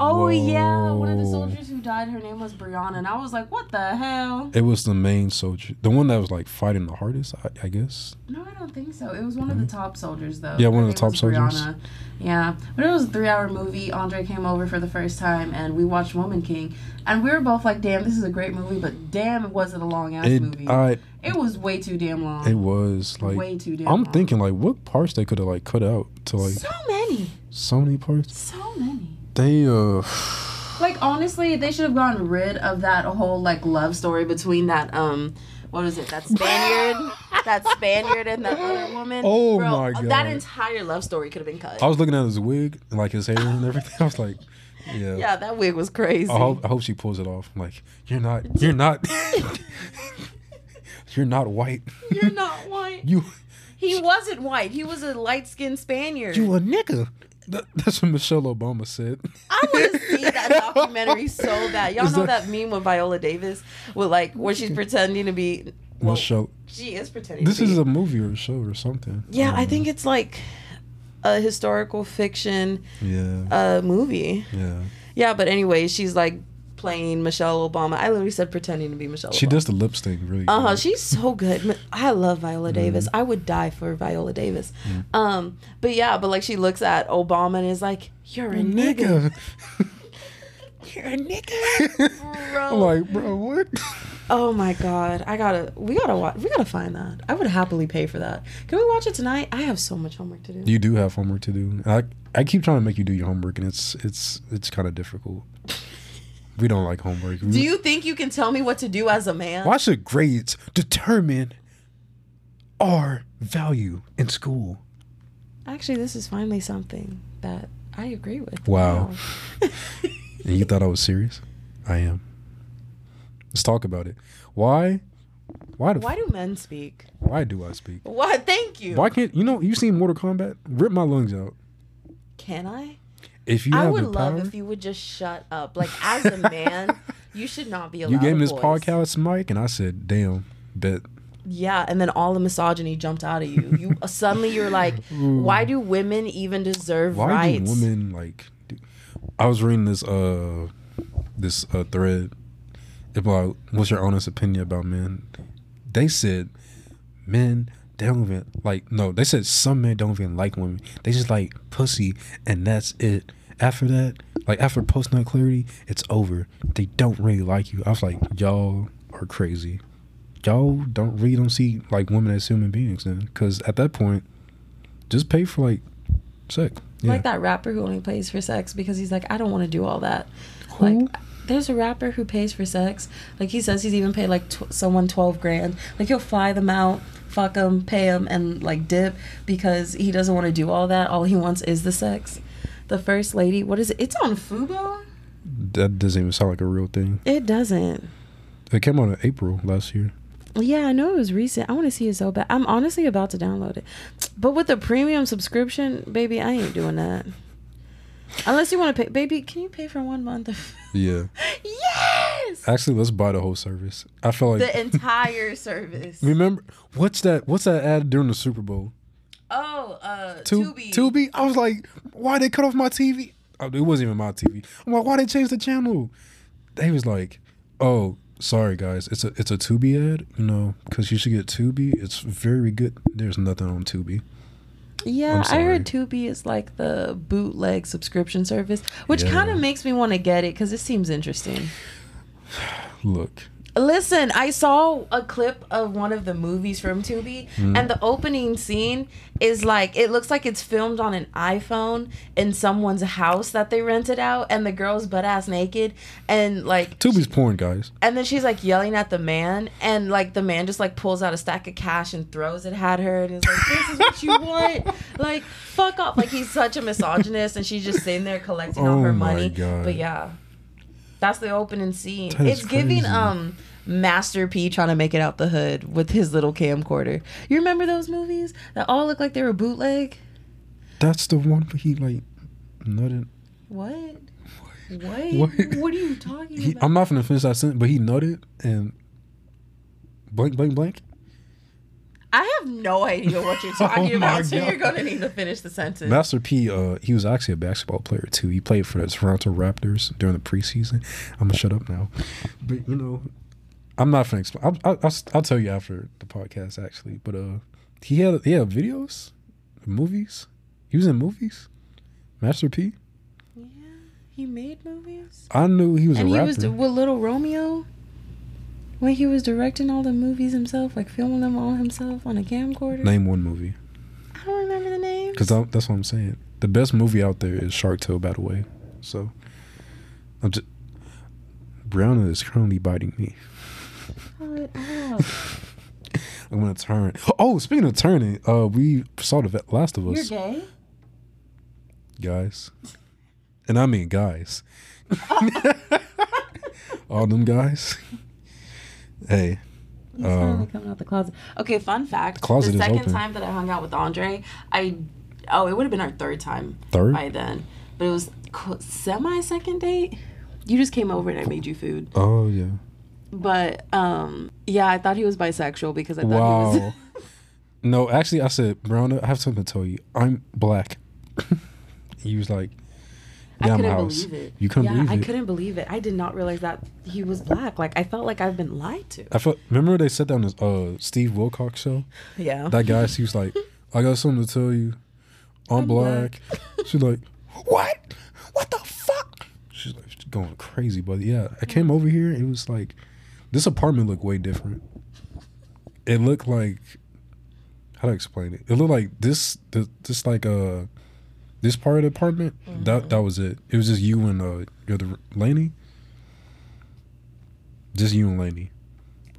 Speaker 2: Oh yeah, one of the
Speaker 1: Whoa.
Speaker 2: soldiers who died, her name was Brianna, and I was like, "What the hell?"
Speaker 1: It was the main soldier, the one that was like fighting the hardest, I, I guess.
Speaker 2: No, I don't think so. It was one of the top soldiers, though.
Speaker 1: Hmm. Yeah, one
Speaker 2: Her
Speaker 1: of the
Speaker 2: name
Speaker 1: top
Speaker 2: was
Speaker 1: soldiers.
Speaker 2: Brianna. Yeah, but it was a three-hour movie. Andre came over for the first time, and we watched Woman King, and we were both like, "Damn, this is a great movie," but damn, it wasn't a long ass movie.
Speaker 1: It, I,
Speaker 2: it was way too damn long.
Speaker 1: it was like
Speaker 2: Way too damn
Speaker 1: I'm
Speaker 2: long.
Speaker 1: thinking like what parts they could have like cut out to like
Speaker 2: so many,
Speaker 1: so many parts.
Speaker 2: so many.
Speaker 1: They uh,
Speaker 2: Like honestly, they should have gotten rid of that whole like love story between that um what is it? That Spaniard, that Spaniard, and that other woman. uh,
Speaker 1: Oh my God.
Speaker 2: That entire love story could have been cut.
Speaker 1: I was looking at his wig and like his hair and everything. I was like, yeah.
Speaker 2: yeah, that wig was crazy.
Speaker 1: I hope, I hope she pulls it off. I'm like, you're not, you're not, you're not white.
Speaker 2: You're not white.
Speaker 1: You,
Speaker 2: He wasn't white. He was a light skinned Spaniard.
Speaker 1: you a nigga. That, that's what Michelle Obama said.
Speaker 2: I want to see that documentary so bad. Y'all
Speaker 1: Is
Speaker 2: know
Speaker 1: that-
Speaker 2: that meme with Viola Davis with like where she's pretending to be. Well,
Speaker 1: Michelle,
Speaker 2: she is pretending.
Speaker 1: this
Speaker 2: to be.
Speaker 1: is a movie or a show or something.
Speaker 2: yeah. I think it's like a historical fiction
Speaker 1: Yeah,
Speaker 2: uh, movie.
Speaker 1: yeah.
Speaker 2: Yeah, but anyway, she's like playing Michelle Obama. I literally said pretending to be Michelle.
Speaker 1: She
Speaker 2: Obama.
Speaker 1: does the lips thing really.
Speaker 2: Uh huh.
Speaker 1: good.
Speaker 2: She's so good. Ma- I love Viola
Speaker 1: Mm-hmm.
Speaker 2: Davis. I would die for Viola Davis. Um, but yeah, but like she looks at Obama and is like, "You're a nigga,
Speaker 1: nigga. You're a nigga.
Speaker 2: bro."
Speaker 1: I'm like, bro, what?
Speaker 2: Oh my god, I gotta, we gotta watch, we gotta find that. I would happily pay for that. Can we watch it tonight? I have so much homework to do.
Speaker 1: You do have homework to do. I I keep trying to make you do your homework, and it's it's it's kind of difficult. We don't like homework.
Speaker 2: Do you think you can tell me what to do as a man?
Speaker 1: Why should grades determine our value in school?
Speaker 2: Actually, this is finally something that I agree with.
Speaker 1: Wow. And you thought I was serious? I am. Let's talk about it. Why? Why do
Speaker 2: Why
Speaker 1: why,
Speaker 2: do men speak?
Speaker 1: do I speak?
Speaker 2: Why? Thank you.
Speaker 1: Why can't you know? You seen Mortal Kombat? Rip my lungs out.
Speaker 2: Can I?
Speaker 1: If you
Speaker 2: I
Speaker 1: have
Speaker 2: would
Speaker 1: the
Speaker 2: love
Speaker 1: power,
Speaker 2: if you would just shut up. Like as a man, you should not be allowed.
Speaker 1: you gave
Speaker 2: a
Speaker 1: me this
Speaker 2: voice.
Speaker 1: podcast mic, and I said, "Damn, bet."
Speaker 2: Yeah, and then all the misogyny jumped out of you. You suddenly you're like, why do women even deserve
Speaker 1: Why
Speaker 2: rights?
Speaker 1: do women like? Do, I was reading this uh this uh, thread about what's your honest opinion about men. They said men they don't even like no. They said some men don't even like women. They just like pussy and that's it. After that, like after post night clarity, it's over. They don't really like you. I was like, y'all are crazy. Y'all don't really don't see like women as human beings then, because at that point, just pay for like sex. Yeah.
Speaker 2: Like that rapper who only pays for sex because he's like, I don't want to do all that. Like, there's a rapper who pays for sex. Like he says he's even paid like tw- someone twelve grand. Like he'll fly them out, fuck them, pay them, and like dip because he doesn't want to do all that. All he wants is the sex. The first lady, what is it? It's on Fubo.
Speaker 1: That doesn't even sound like a real thing.
Speaker 2: It doesn't.
Speaker 1: It came out in April last year.
Speaker 2: Yeah, I know it was recent. I want to see it so bad. I'm honestly about to download it. But with the premium subscription, baby, I ain't doing that. Unless you want to pay, baby, can you pay for one month? of-
Speaker 1: Yeah.
Speaker 2: yes,
Speaker 1: Actually, let's buy the whole service. I feel like
Speaker 2: the entire service.
Speaker 1: remember what's that? What's that ad during the Super Bowl?
Speaker 2: Oh, uh,
Speaker 1: Tu-
Speaker 2: Tubi.
Speaker 1: Tubi. I was like, why they cut off my TV? Oh, It wasn't even my TV. I'm like, why they change the channel? They was like, oh, sorry guys, it's a it's a Tubi ad, you know, because you should get Tubi. It's very good. There's nothing on Tubi.
Speaker 2: Yeah, I
Speaker 1: sorry.
Speaker 2: heard Tubi is like the bootleg subscription service, which kind of makes me want to get it because it seems interesting.
Speaker 1: Look,
Speaker 2: Listen, I saw a clip of one of the movies from Tubi, and the opening scene is like it looks like it's filmed on an iPhone in someone's house that they rented out, and the girl's butt ass naked, and like,
Speaker 1: Tubi's porn, guys.
Speaker 2: and then she's like yelling at the man, and like the man just like pulls out a stack of cash and throws it at her, and is like, "This is what you want, like fuck off!" Like he's such a misogynist, and she's just sitting there collecting all
Speaker 1: Oh
Speaker 2: her
Speaker 1: my
Speaker 2: money.
Speaker 1: God.
Speaker 2: But yeah. That's the opening scene.
Speaker 1: That is
Speaker 2: it's giving
Speaker 1: crazy.
Speaker 2: um Master P trying to make it out the hood with his little camcorder. You remember those movies that all look like they were bootleg?
Speaker 1: That's the one where he like nutted.
Speaker 2: What? What? What,
Speaker 1: What?
Speaker 2: are you talking
Speaker 1: He,
Speaker 2: about?
Speaker 1: I'm not gonna finish that sentence, but he nutted and blank, blank, blank.
Speaker 2: I have no idea what you're talking
Speaker 1: Oh my
Speaker 2: about, so
Speaker 1: God.
Speaker 2: you're gonna need to finish the sentence.
Speaker 1: Master P, uh, he was actually a basketball player too. He played for the Toronto Raptors during the preseason. I'm gonna shut up now, but you know, I'm not gonna explain. I'll, I'll, I'll, I'll tell you after the podcast actually. But uh, he had he had videos, movies. He was in movies. Master P.
Speaker 2: he made movies,
Speaker 1: I knew he was
Speaker 2: and
Speaker 1: a
Speaker 2: he
Speaker 1: rapper.
Speaker 2: was d- with Little Romeo. When he was directing all the movies himself, like filming them all himself on a camcorder.
Speaker 1: Name one movie,
Speaker 2: I don't remember the name.
Speaker 1: because that's what I'm saying. The best movie out there is Shark Tale, by the way. So, I'm just. Brianna is currently biting me.
Speaker 2: Cut off.
Speaker 1: I'm gonna turn. Oh, speaking of turning, uh, we saw the Last of Us,
Speaker 5: gay?
Speaker 1: guys, and I mean guys, all them guys. Hey,
Speaker 5: He's finally coming out the closet. Okay, fun fact.
Speaker 1: closet
Speaker 2: the
Speaker 1: is
Speaker 2: second
Speaker 1: open.
Speaker 2: time that I hung out with Andre, I oh, it would have been our third time
Speaker 1: Third?
Speaker 2: by then, but it was semi second date. You just came over and I made you food,
Speaker 1: Oh yeah.
Speaker 2: but um, yeah, I thought he was bisexual because I thought he was.
Speaker 1: Wow. no, actually, I said, Brown, I have something to tell you. I'm black. he was like,
Speaker 2: I
Speaker 1: Yeah, I'm
Speaker 2: couldn't
Speaker 1: house.
Speaker 2: believe it.
Speaker 1: You couldn't
Speaker 2: yeah,
Speaker 1: believe
Speaker 2: I
Speaker 1: it.
Speaker 2: couldn't believe it. I did not realize that he was black. Like I felt like I've been lied to.
Speaker 1: I felt. Remember they said that on this uh, Steve Wilcox show.
Speaker 2: Yeah.
Speaker 1: That guy, she was like, I got something to tell you. I'm, black. She's like, what? What the fuck? She's like she's going crazy, but yeah, I came over here. It was like this apartment looked way different. It looked like how to explain it. It looked like this, this, this like uh, this part of the apartment. That that was it. It was just you and uh, your other Laney. Just you and Laney.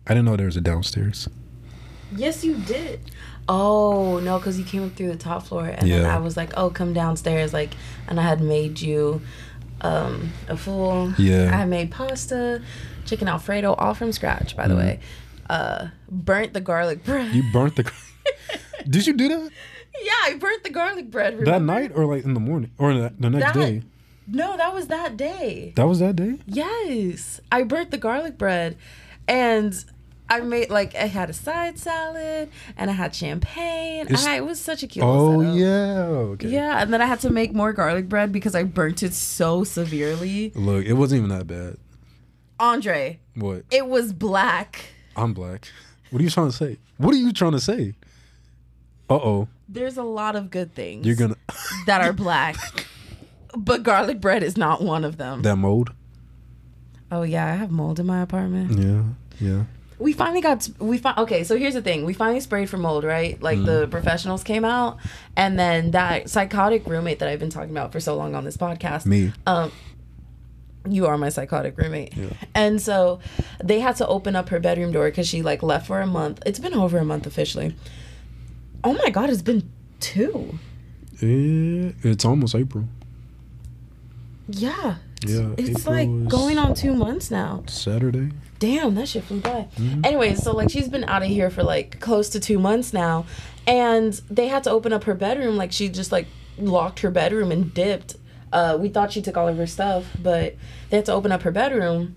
Speaker 1: I didn't know there was a downstairs.
Speaker 2: Yes, you did. Oh no, because you came up through the top floor, and then
Speaker 1: Yeah.
Speaker 2: I was like, "Oh, come downstairs!" Like, and I had made you um, a full.
Speaker 1: Yeah.
Speaker 2: I had made pasta, chicken alfredo, all from scratch, by the way. Uh, burnt the garlic bread.
Speaker 1: Mm-hmm. You burnt the. Did you do that
Speaker 2: yeah, I burnt the garlic bread.
Speaker 1: that
Speaker 2: Remember?
Speaker 1: night or like in the morning or the, the next
Speaker 2: That-
Speaker 1: day?
Speaker 2: No, that was that day.
Speaker 1: That was that day.
Speaker 2: Yes, I burnt the garlic bread, and I made like I had a side salad, and I had champagne.
Speaker 1: It's-
Speaker 2: I, it was such a cute.
Speaker 1: Oh
Speaker 2: little setup.
Speaker 1: yeah. Okay.
Speaker 2: Yeah, and then I had to make more garlic bread because I burnt it so severely.
Speaker 1: Look, it wasn't even that bad.
Speaker 2: Andre,
Speaker 1: What?
Speaker 2: it was black.
Speaker 1: I'm black. What are you trying to say? What are you trying to say? Uh oh.
Speaker 2: There's a lot of good things
Speaker 1: You're gonna
Speaker 2: that are black, but garlic bread is not one of them.
Speaker 1: that mold.
Speaker 2: Oh yeah, I have mold in my apartment.
Speaker 1: Yeah. Yeah.
Speaker 2: We finally got we fi- okay. So here's the thing: we finally sprayed for mold, right? Like the
Speaker 1: Mm.
Speaker 2: professionals came out, and then that psychotic roommate that I've been talking about for so long on this podcast,
Speaker 1: Me.
Speaker 2: Um, you are my psychotic roommate. And so they had to open up her bedroom door because she like left for a month. It's been over a month officially. Oh my god, it's been two.
Speaker 1: Eh, it's almost April.
Speaker 2: Yeah.
Speaker 1: Yeah.
Speaker 2: It's
Speaker 1: April
Speaker 2: like
Speaker 1: is
Speaker 2: going on two months now.
Speaker 1: Saturday.
Speaker 2: Damn, that shit flew by. Anyway, so like she's been out of here for like close to two months now, and they had to open up her bedroom. Like she just like locked her bedroom and dipped. Uh, we thought she took all of her stuff, but they had to open up her bedroom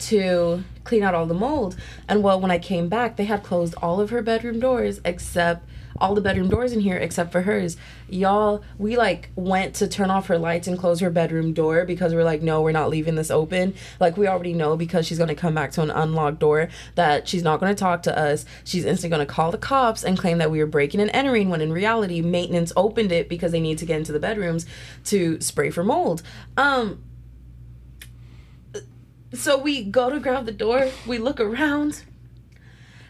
Speaker 2: to clean out all the mold. And well, when I came back, they had closed all of her bedroom doors except all the bedroom doors in here except for hers. Y'all, we like went to turn off her lights and close her bedroom door because we are like, no, we're not leaving this open. Like we already know because she's gonna come back to an unlocked door that she's not gonna talk to us. She's instantly gonna call the cops and claim that we were breaking and entering when in reality maintenance opened it because they need to get into the bedrooms to spray for mold. Um so we go to grab the door, we look around.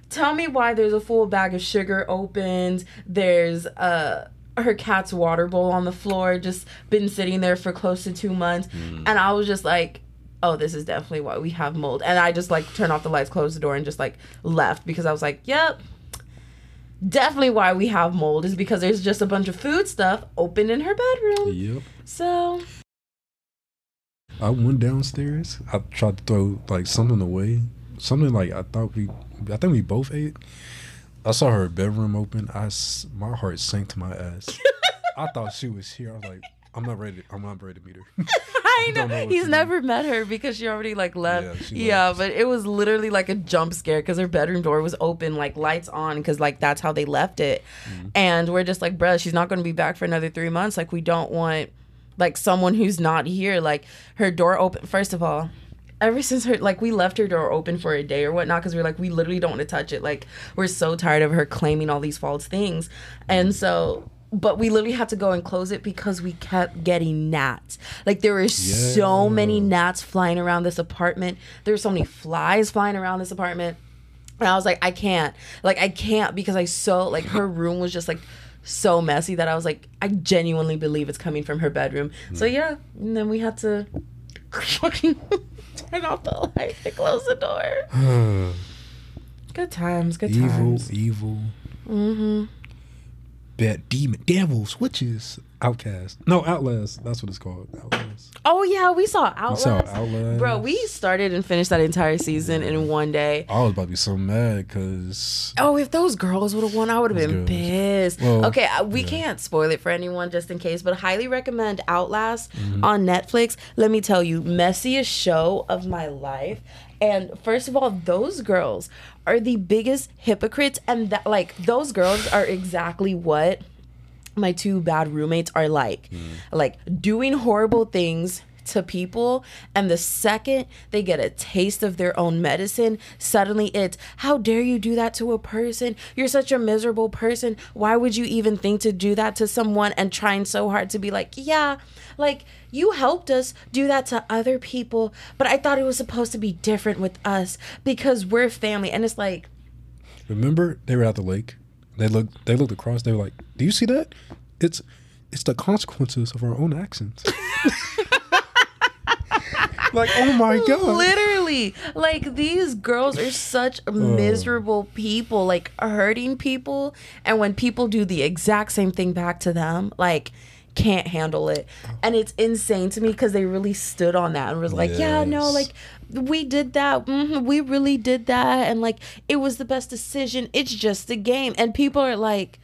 Speaker 2: Tell me why there's a full bag of sugar opened. There's uh her cat's water bowl on the floor, just been sitting there for close to two months. And I was just like, oh, this is definitely why we have mold. And I just like turned off the lights, closed the door, and just like left because I was like, yep, definitely why we have mold is because there's just a bunch of food stuff open in her bedroom.
Speaker 1: Yep.
Speaker 2: So
Speaker 1: I went downstairs. I tried to throw like something away, something like I thought we, I think we both ate. I saw her bedroom open. I s- my heart sank to my ass. I thought she was here. I was like, I'm not ready. I'm not ready to meet her.
Speaker 2: I
Speaker 1: don't know
Speaker 2: know.
Speaker 1: what to
Speaker 2: He's
Speaker 1: do.
Speaker 2: never met her because she already like
Speaker 1: Yeah,
Speaker 2: left.
Speaker 1: she
Speaker 2: Yeah,
Speaker 1: left.
Speaker 2: but it was literally like a jump scare because her bedroom door was open, like lights on, because like that's how they left it.
Speaker 1: Mm-hmm.
Speaker 2: And we're just like, bruh, she's not going to be back for another three months. Like we don't want like someone who's not here. Like her door open. First of all. Ever since her, like, we left her door open for a day or whatnot, because we are like, we literally don't want to touch it. Like, we're so tired of her claiming all these false things. And so, but we literally had to go and close it because we kept getting gnats. Like, there were so many gnats flying around this apartment. There were so many flies flying around this apartment. And I was like, I can't. Like, I can't because I so, like, her room was just like so messy that I was like, I genuinely believe it's coming from her bedroom. So,
Speaker 1: Mm.
Speaker 2: yeah. And then we had to fucking turn off the light and close the door.
Speaker 4: Good times. Good
Speaker 1: evil,
Speaker 4: times.
Speaker 1: evil. Mm-hmm. Bad demon, devils, witches, outcast. No, outlast. That's what it's called. Outlast.
Speaker 2: Oh yeah, we saw Outlast.
Speaker 1: saw Outlast.
Speaker 2: Bro, we started and finished that entire season in one day.
Speaker 1: I was about to be so mad because
Speaker 2: Oh, if those girls would have won, I would have been
Speaker 1: girls.
Speaker 2: pissed.
Speaker 1: Well,
Speaker 2: okay, I- we can't spoil it for anyone just in case, but highly recommend Outlast
Speaker 1: Mm-hmm.
Speaker 2: on Netflix. Let me tell you, messiest show of my life. And first of all, those girls are the biggest hypocrites and that like those girls are exactly what my two bad roommates are like like doing horrible things to people and the second they get a taste of their own medicine suddenly it's how dare you do that to a person you're such a miserable person why would you even think to do that to someone and trying so hard to be like yeah like you helped us do that to other people but i thought it was supposed to be different with us because we're family and it's like
Speaker 1: remember they were at the lake. They looked. They looked across. They were like, "Do you see that? It's it's the consequences of our own actions." like, oh my god! Oh.
Speaker 2: Literally, like these girls are such miserable people, like hurting people. And when people do the exact same thing back to them, like can't handle it. And it's insane to me because they really stood on that and was like, yeah, no,
Speaker 1: Yes.
Speaker 2: like we did that. hmm we really did that. And like it was the best decision. It's just a game. And people are like,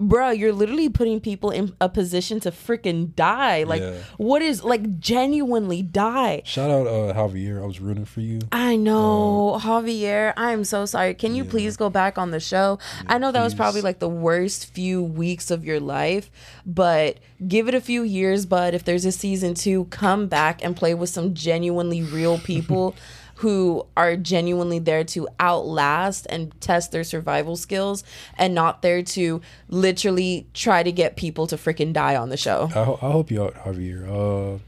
Speaker 2: Bruh, you're literally putting people in a position to freaking die. Like,
Speaker 1: Yeah.
Speaker 2: what is like genuinely die?
Speaker 1: Shout out uh, Javier. I was rooting for you.
Speaker 2: I know, Javier. I am so sorry. Can you please go back on the show? I know that was probably like the worst few weeks of your life, but give it a few years. But if there's a season two, come back and play with some genuinely real people who are genuinely there to outlast and test their survival skills and not there to literally try to get people to freaking die on the show.
Speaker 1: I, ho- I hope you out, Javier.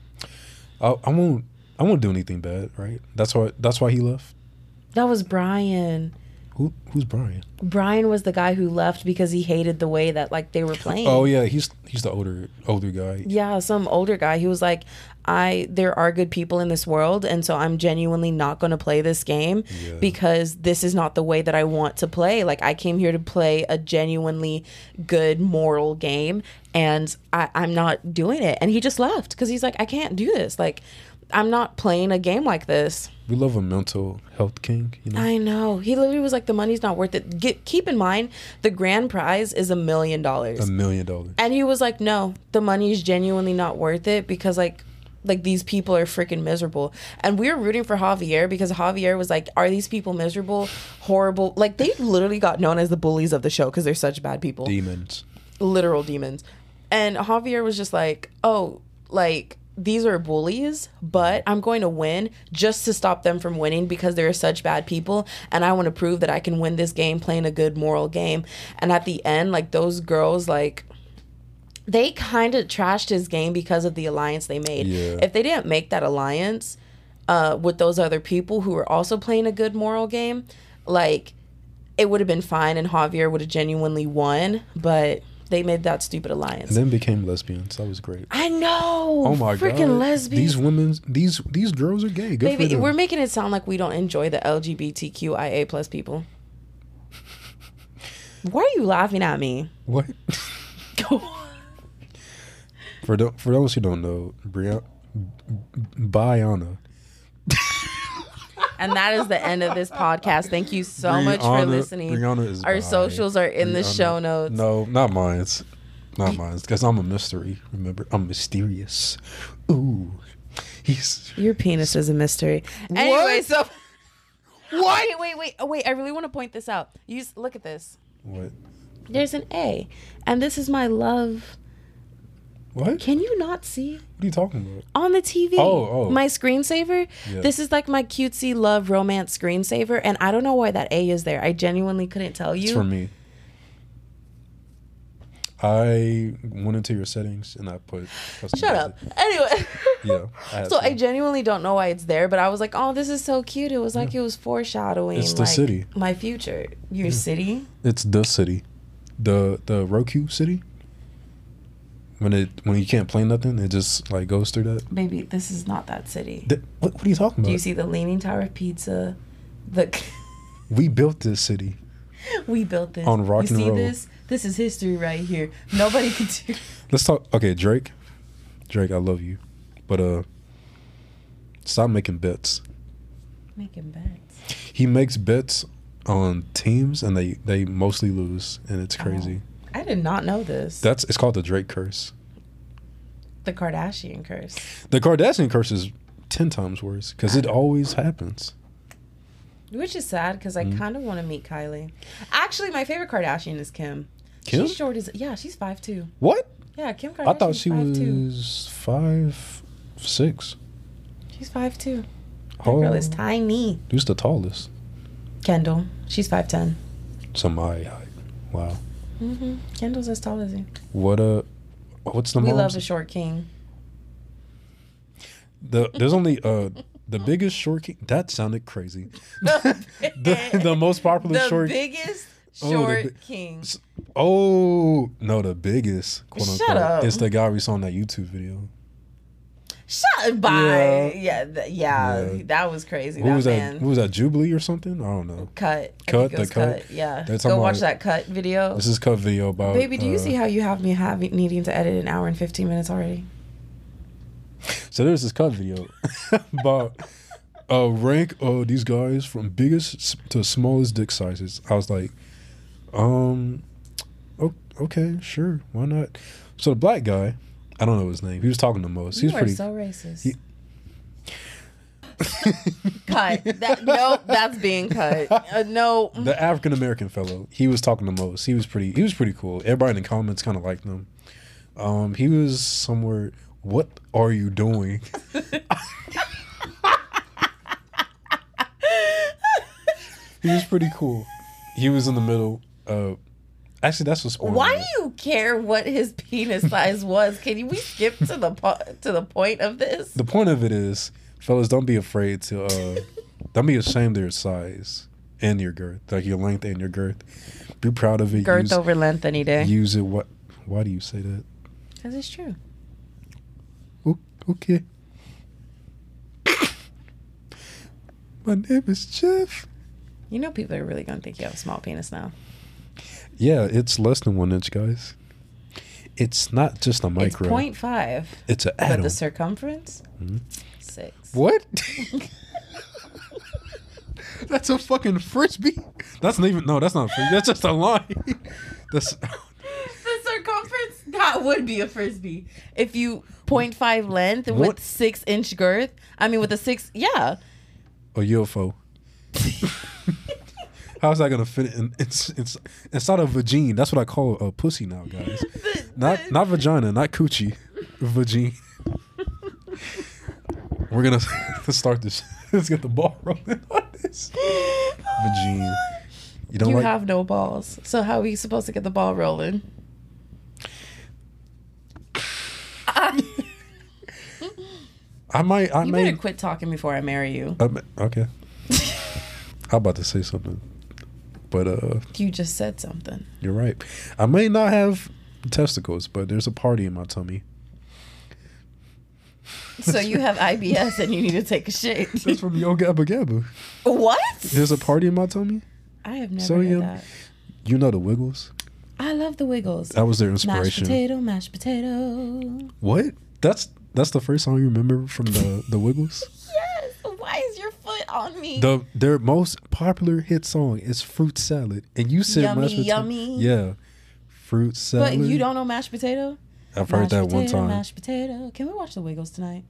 Speaker 1: Uh, I, I won't. I won't do anything bad, right? That's why. That's why he left.
Speaker 2: That was Brian.
Speaker 1: Who? Who's Brian?
Speaker 2: Brian was the guy who left because he hated the way that like they were playing.
Speaker 1: Oh yeah, he's he's the older older guy.
Speaker 2: yeah, some older guy. He was like, I there are good people in this world, and so I'm genuinely not going to play this game because this is not the way that I want to play. Like I came here to play a genuinely good moral game, and I, I'm not doing it. And he just left because he's like, I can't do this. Like I'm not playing a game like this.
Speaker 1: We love a mental health king. You know,
Speaker 2: I know. He literally was like, the money's not worth it. Get, keep in mind, the grand prize is a million dollars.
Speaker 1: a million dollars.
Speaker 2: And he was like, "No, the money is genuinely not worth it because like like these people are freaking miserable." And we were rooting for Javier because Javier was like, "Are these people miserable? Horrible? Like they literally got known as the bullies of the show because they're such bad people."
Speaker 1: Demons.
Speaker 2: literal demons. And Javier was just like, "Oh, like these are bullies, but I'm going to win just to stop them from winning because they're such bad people and I want to prove that I can win this game playing a good moral game." And at the end, like those girls like they kind of trashed his game because of the alliance they made.
Speaker 1: Yeah.
Speaker 2: If they didn't make that alliance uh, with those other people who were also playing a good moral game, like it would have been fine and Javier would have genuinely won, but they made that stupid alliance.
Speaker 1: And then became lesbians. That was great.
Speaker 2: I know.
Speaker 1: Oh my god.
Speaker 2: freaking lesbians.
Speaker 1: These women. These these girls are gay. Good for
Speaker 2: Baby,
Speaker 1: them.
Speaker 2: we're making it sound like we don't enjoy the LGBTQIA plus people. Why are you laughing at me?
Speaker 1: what? for tho- for those who don't know, Brianna. Biana.
Speaker 2: And that is the end of this podcast. Thank you so much for
Speaker 1: Brianna-
Speaker 2: listening.
Speaker 1: Brianna is
Speaker 2: Our
Speaker 1: bi.
Speaker 2: socials are in the
Speaker 1: Brianna-
Speaker 2: show notes.
Speaker 1: No, not mine. It's not mine. Because I'm a mystery. Remember, I'm mysterious. Ooh, he's
Speaker 2: Your penis is a mystery. Anyway, so what? Wait, wait, wait, oh, wait! I really want to point this out. You s- look at this.
Speaker 1: what?
Speaker 2: There's an A, and this is my love.
Speaker 1: What? What
Speaker 2: Can you not see
Speaker 1: are you talking about?
Speaker 2: on the TV?
Speaker 1: Oh, oh.
Speaker 2: my screensaver.
Speaker 1: Yeah.
Speaker 2: This is like my cutesy love romance screensaver, and I don't know why that A is there. I genuinely couldn't tell you.
Speaker 1: It's for me. I went into your settings and I put.
Speaker 2: Shut up. Anyway.
Speaker 1: Yeah. had
Speaker 2: So
Speaker 1: to.
Speaker 2: I genuinely don't know why it's there, but I was like, "Oh, this is so cute." It was like it was foreshadowing.
Speaker 1: It's the
Speaker 2: like,
Speaker 1: city.
Speaker 2: My future, your city.
Speaker 1: It's the city, the the Roku city. When it when you can't play nothing, it just like goes through that.
Speaker 2: Baby, this is not that city.
Speaker 1: Th- what, what are you talking about?
Speaker 2: Do you see the Leaning Tower of Pizza? The
Speaker 1: We built this city.
Speaker 5: We built this.
Speaker 1: On rock
Speaker 5: you
Speaker 1: and
Speaker 5: see
Speaker 1: roll.
Speaker 5: this? This is history right here. Nobody could do.
Speaker 1: Let's talk. Okay, Drake. Drake, I love you, but uh, stop making bets.
Speaker 5: Making bets.
Speaker 1: He makes bets on teams, and they they mostly lose, and it's crazy.
Speaker 5: I did not know this.
Speaker 1: That's it's called the Drake curse.
Speaker 5: the Kardashian curse.
Speaker 1: The Kardashian curse is ten times worse because it always happens.
Speaker 5: Which is sad because
Speaker 1: Mm-hmm.
Speaker 5: I kind of want to meet Kylie. Actually, my favorite Kardashian is Kim.
Speaker 1: Kim?
Speaker 5: She's short as yeah. She's five two.
Speaker 1: What?
Speaker 5: Yeah, Kim Kardashian.
Speaker 1: I thought she
Speaker 5: five two.
Speaker 1: was five, six.
Speaker 5: She's five two.
Speaker 1: Oh,
Speaker 5: Girl is tiny.
Speaker 1: who's the tallest?
Speaker 5: Kendall. She's five ten.
Speaker 1: Somebody. Height. Wow.
Speaker 5: Kendall's as tall as you.
Speaker 1: What a. What's the
Speaker 5: We love
Speaker 1: mom's?
Speaker 5: the short king.
Speaker 1: the there's only uh the biggest short king. That sounded crazy. the, the most popular
Speaker 5: The
Speaker 1: short.
Speaker 5: biggest
Speaker 1: Oh, the
Speaker 5: short
Speaker 1: bi-
Speaker 5: king.
Speaker 1: oh no, the biggest quote
Speaker 5: Shut
Speaker 1: unquote.
Speaker 5: up.
Speaker 1: It's the guy we saw in that YouTube video.
Speaker 5: Shut by. Yeah, th- yeah,
Speaker 1: Yeah.
Speaker 5: That was crazy.
Speaker 1: What
Speaker 5: that
Speaker 1: was
Speaker 5: man.
Speaker 1: that? What was that? Jubilee or something? I don't know.
Speaker 5: Cut. I
Speaker 1: Cut,
Speaker 5: think it
Speaker 1: the
Speaker 5: was
Speaker 1: cut?
Speaker 5: Yeah.
Speaker 1: They're talking
Speaker 5: Go watch
Speaker 1: about-
Speaker 5: that cut video.
Speaker 1: This is cut video about.
Speaker 5: Baby, do you
Speaker 1: uh,
Speaker 5: see how you have me having needing to edit an hour and fifteen minutes already?
Speaker 1: So there's this cut video about a rank of these guys from biggest s- to smallest dick sizes. I was like, um, o- okay, sure, why not? So the black guy, I don't know his name. He was talking the most. He was
Speaker 5: you
Speaker 1: pretty.
Speaker 5: are so racist.
Speaker 1: he-
Speaker 2: cut. That, nope, that's being cut. Uh, no.
Speaker 1: the African American fellow, he was talking the most. He was pretty. He was pretty cool. Everybody in the comments kind of liked him. Um, he was somewhere. What are you doing? he was pretty cool. He was in the middle. Uh, actually, that's what's going
Speaker 2: Why do you care what his penis size was? Can you, we skip to the po- to the point of this?
Speaker 1: The point of it is, fellas, don't be afraid to. Uh, don't be ashamed of your size and your girth, like your length and your girth. Be proud of it.
Speaker 5: Girth
Speaker 1: use,
Speaker 5: over length any day.
Speaker 1: use it. What? Why do you say that?
Speaker 5: Because it's true.
Speaker 1: O- okay. My name is Jeff.
Speaker 5: You know people are really gonna think you have a small penis now.
Speaker 1: Yeah, it's less than one inch, guys. It's not just a
Speaker 5: It's
Speaker 1: micro.
Speaker 5: point five.
Speaker 1: It's an
Speaker 5: But
Speaker 1: atom.
Speaker 5: the circumference?
Speaker 1: Hmm?
Speaker 5: Six.
Speaker 1: what? that's a fucking frisbee. That's not even. No, that's not. A frisbee. That's just a line. that's.
Speaker 2: The circumference that would be a frisbee if you 0.5 length
Speaker 1: What?
Speaker 2: with six inch girth. I mean, with a six, yeah.
Speaker 1: a UFO. How's that gonna fit in, in, in, inside a vagina? That's what I call a pussy now, guys. not not vagina, not coochie, vagina. We're gonna let's start this. let's get the ball rolling on this. Vagina. You don't
Speaker 5: You
Speaker 1: like
Speaker 5: have no balls. So how are you supposed to get the ball rolling?
Speaker 1: I might I
Speaker 5: You better
Speaker 1: may
Speaker 5: quit talking before I marry you.
Speaker 1: I may- okay. I'm about to say something. But uh
Speaker 5: You just said something.
Speaker 1: you're right. I may not have testicles, but there's a party in my tummy.
Speaker 2: So you have IBS and you need to take a shit.
Speaker 1: That's from Yo Gabba Gabba.
Speaker 2: What?
Speaker 1: There's a party in my tummy.
Speaker 5: I have never
Speaker 1: So
Speaker 5: heard
Speaker 1: yeah.
Speaker 5: that.
Speaker 1: You know the Wiggles.
Speaker 5: I love the Wiggles.
Speaker 1: That was their
Speaker 5: Mashed
Speaker 1: inspiration.
Speaker 5: potato, mashed potato.
Speaker 1: What? That's that's the first song you remember from the the Wiggles.
Speaker 2: Yes. Why is your foot on me?
Speaker 1: the their most popular hit song is Fruit Salad, and you said
Speaker 2: Yummy,
Speaker 1: mashed potato-
Speaker 2: yummy.
Speaker 1: Yeah, Fruit Salad.
Speaker 5: But you don't know mashed potato?
Speaker 1: I've heard
Speaker 5: mashed
Speaker 1: that
Speaker 5: potato,
Speaker 1: one time.
Speaker 5: Mashed potato. Can we watch the Wiggles tonight?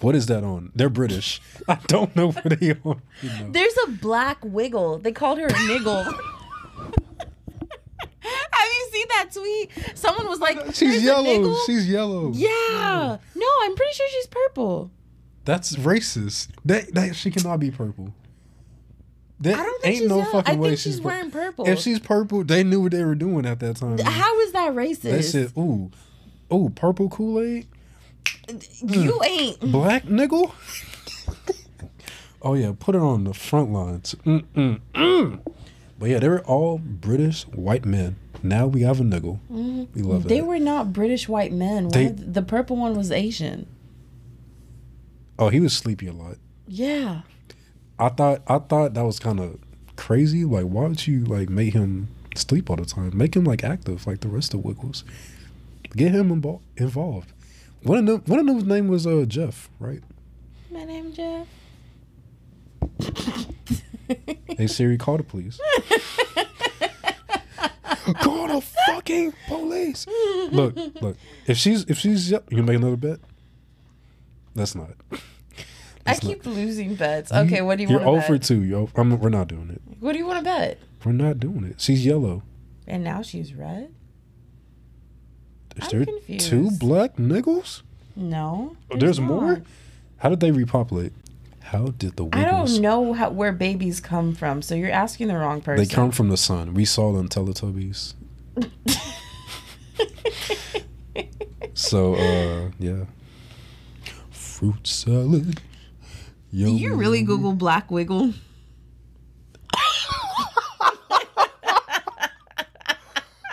Speaker 1: What is that on? They're British. I don't know what they on. You know.
Speaker 2: There's a black wiggle. They called her Niggle. Have you seen that tweet? Someone was like,
Speaker 1: She's
Speaker 2: "There's a
Speaker 1: yellow.
Speaker 2: niggle?"
Speaker 1: She's yellow.
Speaker 5: Yeah. No, I'm pretty sure she's purple.
Speaker 1: That's racist. That that she cannot be purple. That
Speaker 2: I don't think
Speaker 1: ain't
Speaker 2: she's
Speaker 1: no
Speaker 2: yellow.
Speaker 1: fucking
Speaker 2: I
Speaker 1: way
Speaker 2: think she's
Speaker 1: pur-
Speaker 2: wearing purple.
Speaker 1: If she's purple, they knew what they were doing at that time.
Speaker 2: How is that
Speaker 1: They
Speaker 2: racist?
Speaker 1: said, ooh, ooh, purple Kool Aid,
Speaker 2: You ain't.
Speaker 1: black niggle. oh yeah, put it on the front lines. Mm mm mm. But yeah, they were all British white men. Now we have a niggle. We love
Speaker 5: Mm, They
Speaker 1: that.
Speaker 5: were not British white men. One
Speaker 1: They-
Speaker 5: of the, the purple one was Asian.
Speaker 1: oh, he was sleepy a lot.
Speaker 5: Yeah.
Speaker 1: I thought I thought that was kind of crazy? Like, why would you like make him sleep all the time? Make him like active, like the rest of Wiggles. Get him invo- involved. One of them, one of them's name was uh Jeff, right?
Speaker 5: My name Jeff.
Speaker 1: Hey Siri, call the police. call the fucking police. Look, look. If she's if she's you gonna make another bet. That's not it.
Speaker 5: I keep losing bets. Okay, what do you
Speaker 1: You're
Speaker 5: want to
Speaker 1: over
Speaker 5: bet?
Speaker 1: two. Yo, I'm, we're not doing it.
Speaker 5: What do you want to bet?
Speaker 1: We're not doing it. She's yellow.
Speaker 5: And now she's red.
Speaker 1: Is
Speaker 5: I'm
Speaker 1: there two
Speaker 5: confused.
Speaker 1: black niggles?
Speaker 5: No,
Speaker 1: There's, more?
Speaker 5: not.
Speaker 1: How did they repopulate? How did the
Speaker 5: I
Speaker 1: Wiggles?
Speaker 5: don't know how, where babies come from, so you're asking the wrong person.
Speaker 1: They come from the sun. We saw them Teletubbies. so, uh, yeah. Fruit salad. Yo,
Speaker 5: you really Google Black Wiggle?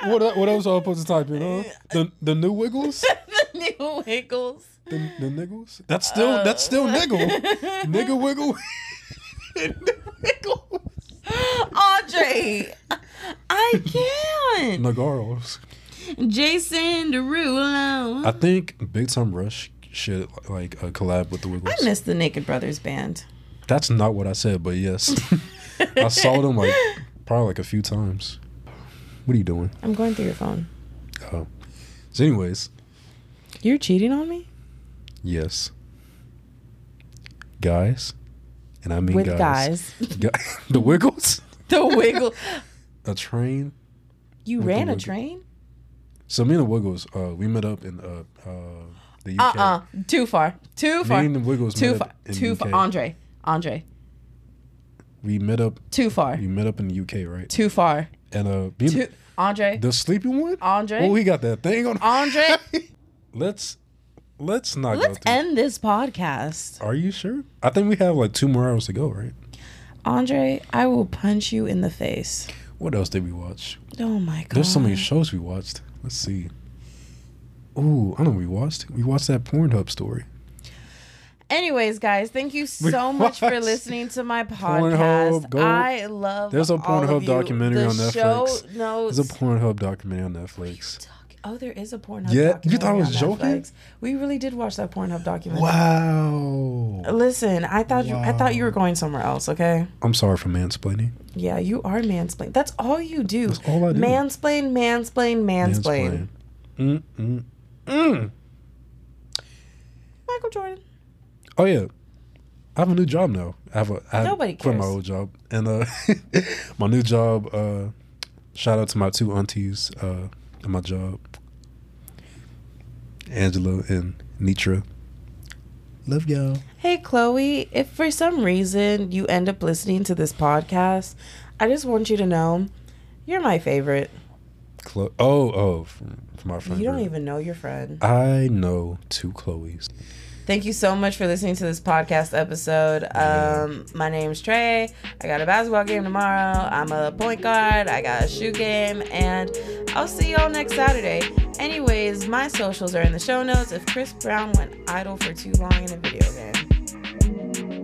Speaker 1: what, el- what else am I supposed to type in? Huh? The the new Wiggles,
Speaker 5: New Wiggles.
Speaker 1: the, the niggles. That's still that's still niggle, nigga wiggle.
Speaker 5: Audrey, I can't.
Speaker 1: Nagaros.
Speaker 5: Jason Derulo.
Speaker 1: I think Big Time Rush should like uh, collab with the Wiggles.
Speaker 5: I miss the Naked Brothers band.
Speaker 1: That's not what I said, but yes, I saw them like probably like a few times. What are you doing?
Speaker 5: I'm going through your phone.
Speaker 1: Oh, so anyways,
Speaker 5: You're cheating on me?
Speaker 1: yes, guys, and I mean
Speaker 5: With
Speaker 1: guys, Guy- the Wiggles,
Speaker 5: The Wiggle.
Speaker 1: a train.
Speaker 5: You
Speaker 1: the
Speaker 5: ran a
Speaker 1: Wiggle.
Speaker 5: train?
Speaker 1: So me and the Wiggles, uh, we met up in uh, uh the
Speaker 5: Uh
Speaker 1: UK.
Speaker 5: uh Too far. Too
Speaker 1: Me
Speaker 5: far.
Speaker 1: and the Wiggles
Speaker 5: Too
Speaker 1: met
Speaker 5: far.
Speaker 1: up in
Speaker 5: Too
Speaker 1: UK.
Speaker 5: far. Andre. Andre.
Speaker 1: We met up.
Speaker 5: Too far.
Speaker 1: We met up in the UK, right?
Speaker 5: Too far.
Speaker 1: And uh, me and
Speaker 5: Too. Andre.
Speaker 1: the sleepy one,
Speaker 5: Andre?
Speaker 1: Oh, he got that thing on.
Speaker 5: Andre.
Speaker 1: let's let's not go
Speaker 5: Let's
Speaker 1: through.
Speaker 5: end this podcast.
Speaker 1: Are you sure? I think we have like two more hours to go, right?
Speaker 5: Andre, I will punch you in the face.
Speaker 1: What else did we watch?
Speaker 5: Oh my god.
Speaker 1: There's so many shows we watched. Let's see. Ooh, I know we watched. We watched that Pornhub story.
Speaker 5: Anyways, guys, thank you so much for listening to my
Speaker 1: Pornhub,
Speaker 5: podcast.
Speaker 1: go-
Speaker 5: I love
Speaker 1: There's a
Speaker 5: all of
Speaker 1: Pornhub
Speaker 5: you.
Speaker 1: documentary
Speaker 5: The
Speaker 1: on Netflix.
Speaker 5: Show notes.
Speaker 1: There's a Pornhub documentary on Netflix.
Speaker 5: oh, there is a Pornhub
Speaker 1: Yeah,
Speaker 5: documentary.
Speaker 1: you thought I was
Speaker 5: on
Speaker 1: joking?
Speaker 5: Netflix. We really did watch that Pornhub documentary.
Speaker 1: Wow.
Speaker 5: Listen, I thought you I thought you were going somewhere else, okay?
Speaker 1: I'm sorry for mansplaining.
Speaker 5: Yeah, you are mansplain. That's all you do. That's
Speaker 1: all I do.
Speaker 5: Mansplain, mansplain, mansplain.
Speaker 1: Mansplaining. Mm.
Speaker 5: Michael Jordan.
Speaker 1: Oh yeah. I have a new job now. I have a I
Speaker 5: Nobody
Speaker 1: quit my
Speaker 5: cares.
Speaker 1: old job. And uh my new job, uh shout out to my two aunties uh at my job. Angela and Nitra. Love y'all.
Speaker 5: Hey Chloe, if for some reason you end up listening to this podcast, I just want you to know you're my favorite.
Speaker 1: Chlo- oh, oh, from, from our friend.
Speaker 5: You don't
Speaker 1: group.
Speaker 5: even know your friend.
Speaker 1: I know two Chloe's.
Speaker 5: Thank you so much for listening to this podcast episode. Um, my name's Trey. I got a basketball game tomorrow. I'm a point guard. I got a shoe game. And I'll see y'all next Saturday. Anyways, my socials are in the show notes if Chris Brown went idle for too long in a video game.